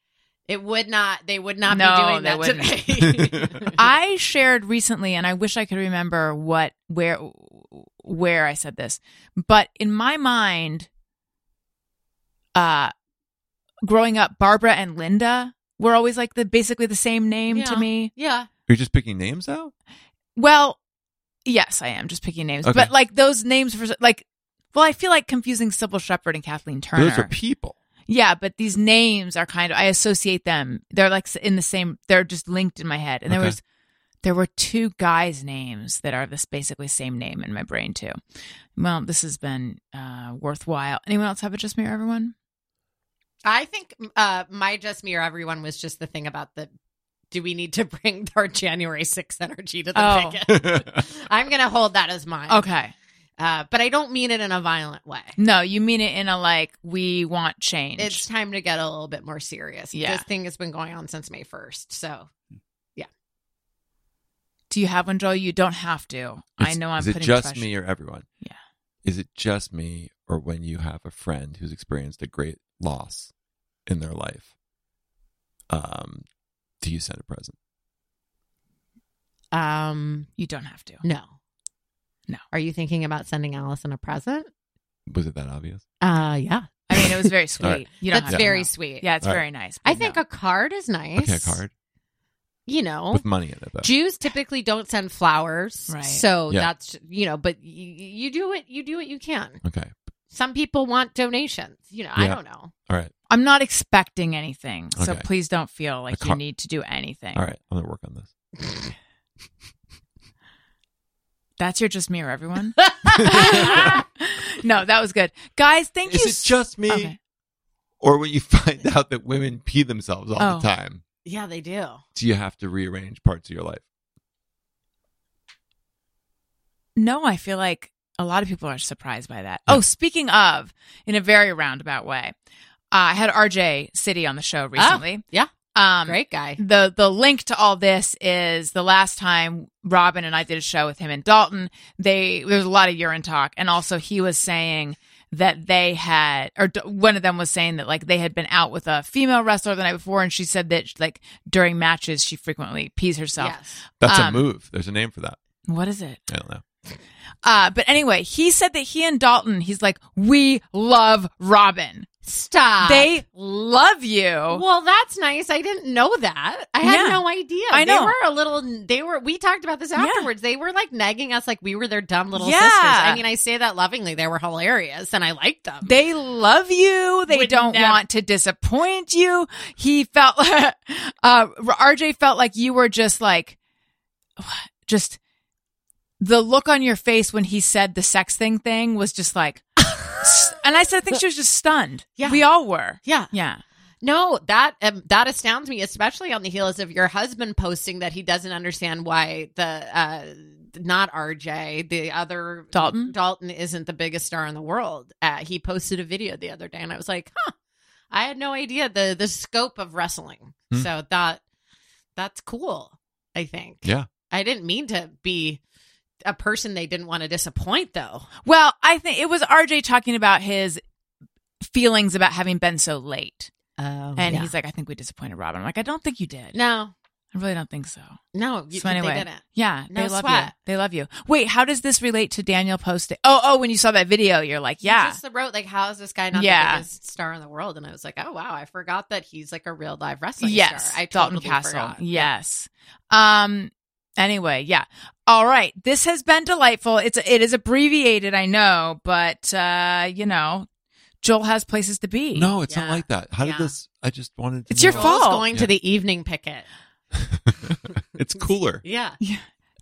E: It would not. They would not
B: No,
E: be doing
B: they
E: that
B: wouldn't.
E: today.
B: I shared recently, and I wish I could remember what where where I said this, but in my mind, uh, growing up, Barbara and Linda were always like the basically the same name
E: Yeah.
B: to me.
E: yeah.
D: You're just picking names out?
B: Well, yes, I am just picking names,
D: Okay.
B: but like those names for like, well, I feel like confusing Sybil Shepherd and Kathleen Turner.
D: Those are people.
B: Yeah, but these names are kind of I associate them. They're like s- in the same. They're just linked in my head. And there
D: Okay.
B: was there were two guys' names that are this basically same name in my brain too. Well, this has been uh, worthwhile. Anyone else have it? Just me or everyone?
E: I think uh, my just me or everyone was just the thing about the. Do we need to bring our January 6th energy to the
B: Oh.
E: ticket? I'm going to hold that as mine.
B: Okay.
E: Uh, but I don't mean it in a violent way.
B: No, you mean it in a like we want change.
E: It's time to get a little bit more serious.
B: Yeah.
E: This thing has been going on since May 1st. So
B: Do you have one, Joel? You don't have to. I
D: It's-
B: know I'm
D: Is it
B: putting
D: just
B: pressure-
D: me or everyone?
B: Yeah.
D: Is it just me or when you have a friend who's experienced a great loss in their life? Um, do you send a present?
E: um,
B: You don't have to.
E: no.
B: No.
E: Are you thinking about sending Allison a present?
D: Was it that obvious?
E: Uh, yeah.
B: I mean, it was very sweet.
D: All right.
B: You don't
E: That's
B: have to.
E: very
B: no.
E: sweet.
B: Yeah, it's
D: All right.
B: very nice.
E: I
B: but
E: think
B: no.
E: a card is nice.
D: Okay, a card
E: You know,
D: with money in it though.
E: Jews typically don't send flowers,
B: Right.
E: so
D: Yeah.
E: that's you know. But you, you do it. You do what you can.
D: okay.
E: Some people want donations. You know, I
D: Yeah.
E: don't know.
D: All right.
B: I'm not expecting anything, so
D: Okay.
B: please don't feel like
D: car-
B: you need to do anything.
D: All right. I'm gonna work on this.
B: That's your just me or everyone. no, that was good, guys. Thank
D: Is
B: you.
D: it just me
B: Okay.
D: or when you find out that women pee themselves all
B: Oh.
D: the time?
E: Yeah, they do.
D: Do you have to rearrange parts of your life?
B: No, I feel like a lot of people are surprised by that.
D: Yeah.
B: Oh, speaking of, in a very roundabout way, uh, I had RJ City on the
D: Ah,
B: show recently.
E: yeah.
B: um,
E: Great guy.
B: the the link to all this is the last time Robin and I did a show with him and Dalton. They there was a lot of urine talk, and also he was saying that they had or d- one of them was saying that like they had been out with a female wrestler the night before, and she said that like during matches she frequently pees herself.
E: Yes.
D: That's
B: Um,
D: a move. There's a name for that.
B: What is it?
D: I don't know.
B: Uh, but anyway, he said that he and Dalton, he's like, we love Robin.
E: Stop.
B: They love you.
E: Well, that's nice. I didn't know that. I had
B: Yeah.
E: no idea.
B: I
E: They
B: know.
E: were a little. They were. We talked about this
B: Yeah.
E: afterwards. They were like nagging us, like we were their dumb little
B: Yeah.
E: sisters. I mean, I say that lovingly. They were hilarious, and I liked them.
B: They love you. They
E: Would
B: don't
E: nev-
B: want to disappoint you. He felt like, uh, RJ felt like you were just like, just the look on your face when he said the sex thing thing was just like, s- and I said, I think she was just stunned.
E: Yeah.
B: We all were.
E: yeah.
B: Yeah.
E: No, that um, that astounds me, especially on the heels of your husband posting that he doesn't understand why the uh, not RJ, the other
B: Dalton?
E: Dalton isn't the biggest star in the world. Uh, he posted a video the other day, and I was like, huh, I had no idea the the scope of wrestling.
D: Hmm.
E: So that that's cool. I think.
D: Yeah.
E: I didn't mean to be a person they didn't want to disappoint, though.
B: Well, I think it was RJ talking about his feelings about having been so late.
E: Oh,
B: And he's like, I think we disappointed Robin. I'm like, I don't think you did.
E: no,
B: I really don't think so.
E: no, you,
B: So anyway,
E: they didn't.
B: Yeah,
E: No
B: they love you.
E: sweat.
B: They love you. Wait, how does this relate to Daniel posting? Oh, oh, when you saw that video, you're like,
E: He
B: yeah,
E: just wrote like, "How is this guy not
B: Yeah.
E: the biggest star in the world?" And I was like, "Oh wow, I forgot that he's like a real live wrestling
B: yes,
E: star." I
B: Dalton
E: totally
B: Castle.
E: forgot.
B: Yes. Um. Anyway, yeah. All right. This has been delightful. It's it is abbreviated, I know, but uh, you know, Joel has places to be.
D: No, it's not
E: Yeah.
D: like that. How
E: Yeah.
D: did this? I just wanted. To
B: It's your
D: know.
E: Joel's
B: fault.
E: going to
D: Yeah.
E: the evening picket.
D: it's cooler.
E: Yeah,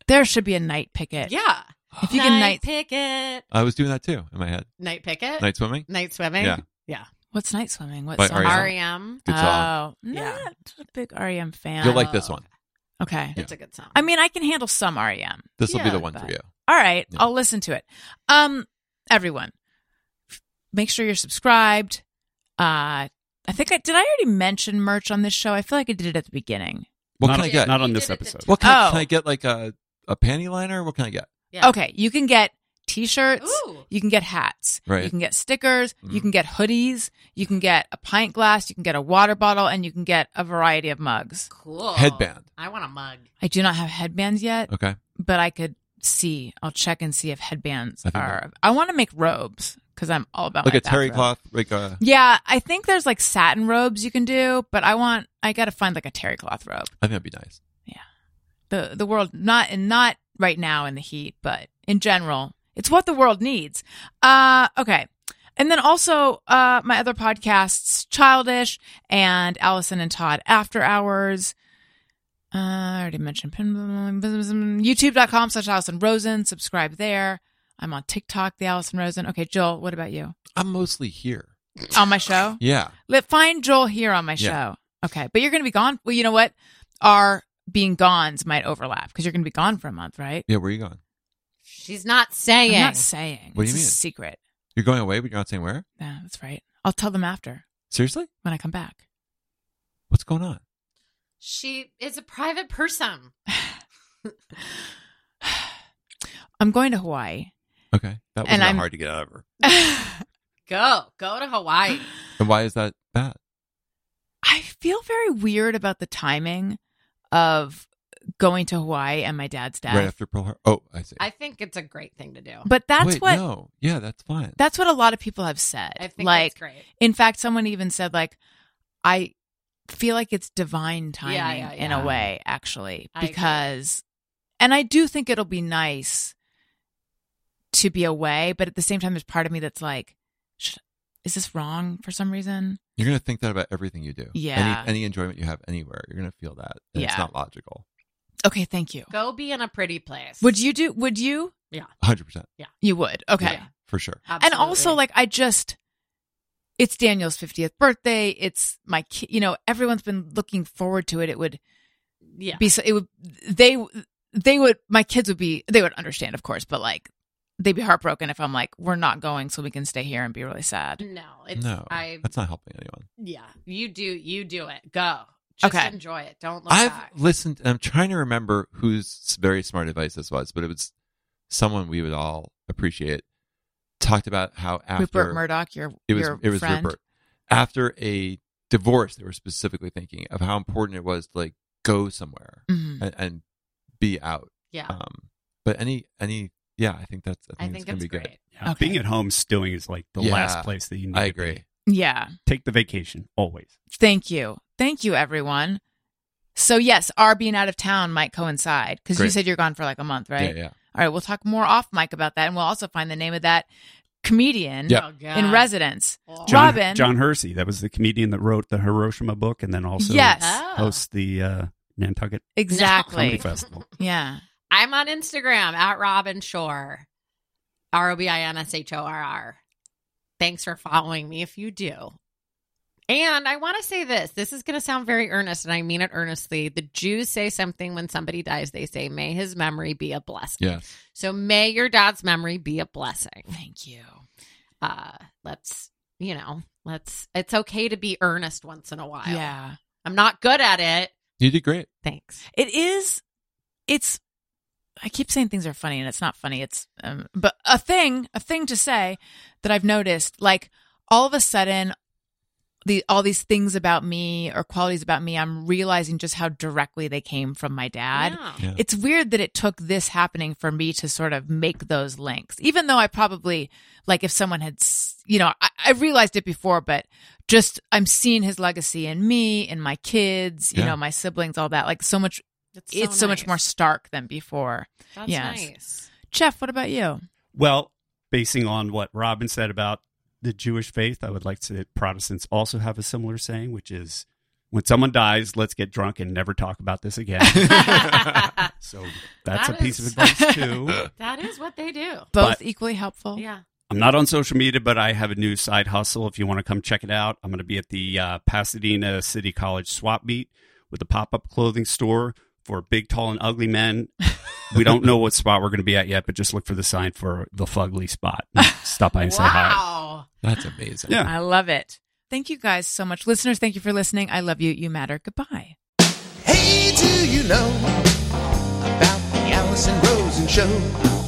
B: there should be a night picket.
E: yeah.
B: If you can night.
E: picket,
D: I was doing that too in my head.
E: night picket, night,
D: Night swimming.
E: swimming.
D: Yeah.
B: What's night swimming? What
D: By
B: song?
D: R.E.M.
E: REM.
D: Good song.
B: Oh,
E: E Yeah.
B: not a big REM fan.
D: You'll like this one.
B: okay.
E: It's a good song.
B: I mean, I can handle some E REM.
D: This will be
E: Yeah,
D: the one for
B: but-
D: you.
B: All right,
D: Yeah.
B: I'll listen to it. Um, everyone, f- make sure you're subscribed. Uh, I think I did. I already mention merch on this show. I feel like I did it at the beginning.
D: What
C: not,
D: can I get?
C: Not on
E: You
C: this
E: did it
C: episode.
E: this
D: What can, I-
B: Oh.
D: can I get? Like a a panty liner? What can I get?
E: Yeah.
B: Okay, you can get t-shirts.
E: Ooh.
B: You can get hats.
D: Right. Mm-hmm.
B: You can get stickers. You can get hoodies. You can get a pint glass. You can get a water bottle, and you can get a variety of mugs.
E: Cool.
D: Headband.
E: I want a mug.
B: I do not have headbands yet,
D: Okay.
B: but I could see. I'll check and see if headbands
D: I think
B: are. I want to make robes because I'm all about
D: Like
B: my
D: a terry
B: bathrobe.
D: cloth, like a
B: Yeah, I think there's like satin robes you can do, but I want I got to find like a terry cloth robe.
D: I think that'd be nice.
B: The the world not and not right now in the heat, but in general, it's what the world needs. Uh okay. And then also uh my other podcasts, Childish and Allison and Todd After Hours. Uh, I already mentioned pin- youtube.com slash Allison Rosen. Subscribe there. I'm on TikTok, the Allison Rosen. Okay, Joel, what about you?
D: I'm mostly here.
B: On my show?
D: Yeah.
B: Let find Joel here on my show.
D: Yeah.
B: Okay, but you're going to be gone. Well, you know what? Our being gone's might overlap because you're going to be gone for a month, right?
D: Yeah. Where are you going?
E: She's not saying.
B: I'm not saying.
D: What do
B: it's
D: you mean?
B: A secret.
D: You're going away, but you're not saying where?
B: Yeah, that's right. I'll tell them after
D: Seriously?
B: when I come back.
D: What's going on?
E: she is a private person.
B: I'm going to Hawaii.
D: Okay. That was
B: And
D: not
B: I'm-
D: hard to get out of her.
B: I
E: Go. Go to Hawaii.
D: And why is that bad?
B: feel very weird about the timing of going to Hawaii and my dad's death.
D: Right after Pearl Harbor. Oh, I see.
E: I think it's a great thing to do.
B: But that's
D: Wait,
B: what
D: No. Yeah, that's fine.
B: that's what a lot of people have said.
E: I think
B: like
E: it's great.
B: In fact, someone even said like I feel like it's divine timing
E: Yeah, yeah,
B: in
E: yeah.
B: a way actually
E: I agree.
B: because and I do think it'll be nice to be away, but at the same time there's part of me that's like should, is this wrong for some reason?
D: You're gonna think that about everything you do.
B: Yeah.
D: Any, any enjoyment you have anywhere, you're gonna feel that. And
B: Yeah.
D: It's not logical.
B: Okay, thank you.
E: Go be in a pretty place.
B: Would you do would you?
D: 100. percent
B: You would. Okay.
E: Yeah.
D: For sure.
B: And also like I just it's Daniel's 50th birthday. It's my ki- you know, everyone's been looking forward to it. It would
E: yeah.
B: be so it would they they would my kids would be they would understand of course but like they'd be heartbroken if i'm like we're not going so we can stay here and be really sad
E: no, it's
D: no,
E: I
D: that's not helping anyone.
E: yeah. You do you do it. Go. Just
B: Okay.
E: enjoy it. Don't look
D: I've
E: back.
D: listened, and I'm trying to remember whose very smart advice this was, but it was someone we would all appreciate. Talked about how after
B: rupert murdoch your
D: it was
B: your
D: it was
B: friend
D: Rupert after a divorce, they were specifically thinking of how important it was to like go somewhere
B: Mhm.
D: and, and be out.
E: Yeah.
D: Um, but any any yeah, I think that's I
E: I
D: think,
E: think
D: it's gonna
E: it's
D: be
E: great.
D: good.
C: Yeah,
B: Okay.
C: Being at home stewing is like the
D: Yeah,
C: last place that you need.
D: I
C: to be.
D: agree.
B: yeah
C: Take the vacation always.
B: thank you thank you everyone so yes our being out of town might coincide because you
D: Great.
B: said you're gone for like a month right
D: Yeah, yeah.
B: all right we'll talk more off mic about that and we'll also find the name of that comedian
D: Yeah.
E: Oh, God.
B: in residence
E: Oh.
C: John,
B: Robin.
C: John Hersey, that was the comedian that wrote the Hiroshima book and then also
B: Yes.
E: Oh.
C: hosts the uh, Nantucket Comedy
B: exactly
C: Festival.
B: yeah
E: I'm on Instagram at Robin Shore. R O B I N S H O R R. Thanks for following me if you do. And I want to say this. This is going to sound very earnest, and I mean it earnestly. The Jews say something when somebody dies. They say, May his memory be a blessing.
D: Yes.
E: So, may your dad's memory be a blessing.
B: thank you
E: Uh, let's, you know, let's, it's okay to be earnest once in a while.
B: yeah
E: I'm not good at it.
D: You did great.
E: Thanks.
B: It is. It's. I keep saying things are funny, and it's not funny. It's um, but a thing, a thing to say that I've noticed. Like all of a sudden, the all these things about me or qualities about me, I'm realizing just how directly they came from my dad.
E: Yeah.
D: Yeah.
B: It's weird that it took this happening for me to sort of make those links, even though I probably like if someone had, s- you know, I, I realized it before, but just I'm seeing his legacy in me, in my kids, you
D: Yeah.
B: know, my siblings, all that. Like so much
E: That's
B: it's so much
E: nice.
B: more stark than before.
E: That's
B: yes.
E: nice.
B: Jeff, what about you?
C: Well, basing on what Robin said about the Jewish faith, I would like to say that Protestants also have a similar saying, which is when someone dies, let's get drunk and never talk about this again.
E: that
C: so that's
E: That
C: a piece of
E: is-
C: advice, too.
E: is what they do.
B: Both
C: But-
B: equally helpful.
E: Yeah.
C: I'm not on social media, but I have a new side hustle. If you want to come check it out, I'm going to be at the uh, Pasadena City College swap meet with a pop up clothing store for big, tall, and ugly men. we don't know what spot we're going to be at yet, but just look for the sign for the fugly spot. Stop by and say hi.
E: wow.
D: That's amazing.
C: Yeah.
B: I love it. Thank you guys so much. Listeners, thank you for listening. I love you. You matter. Goodbye.
F: Hey, do you know about the Allison Rosen show?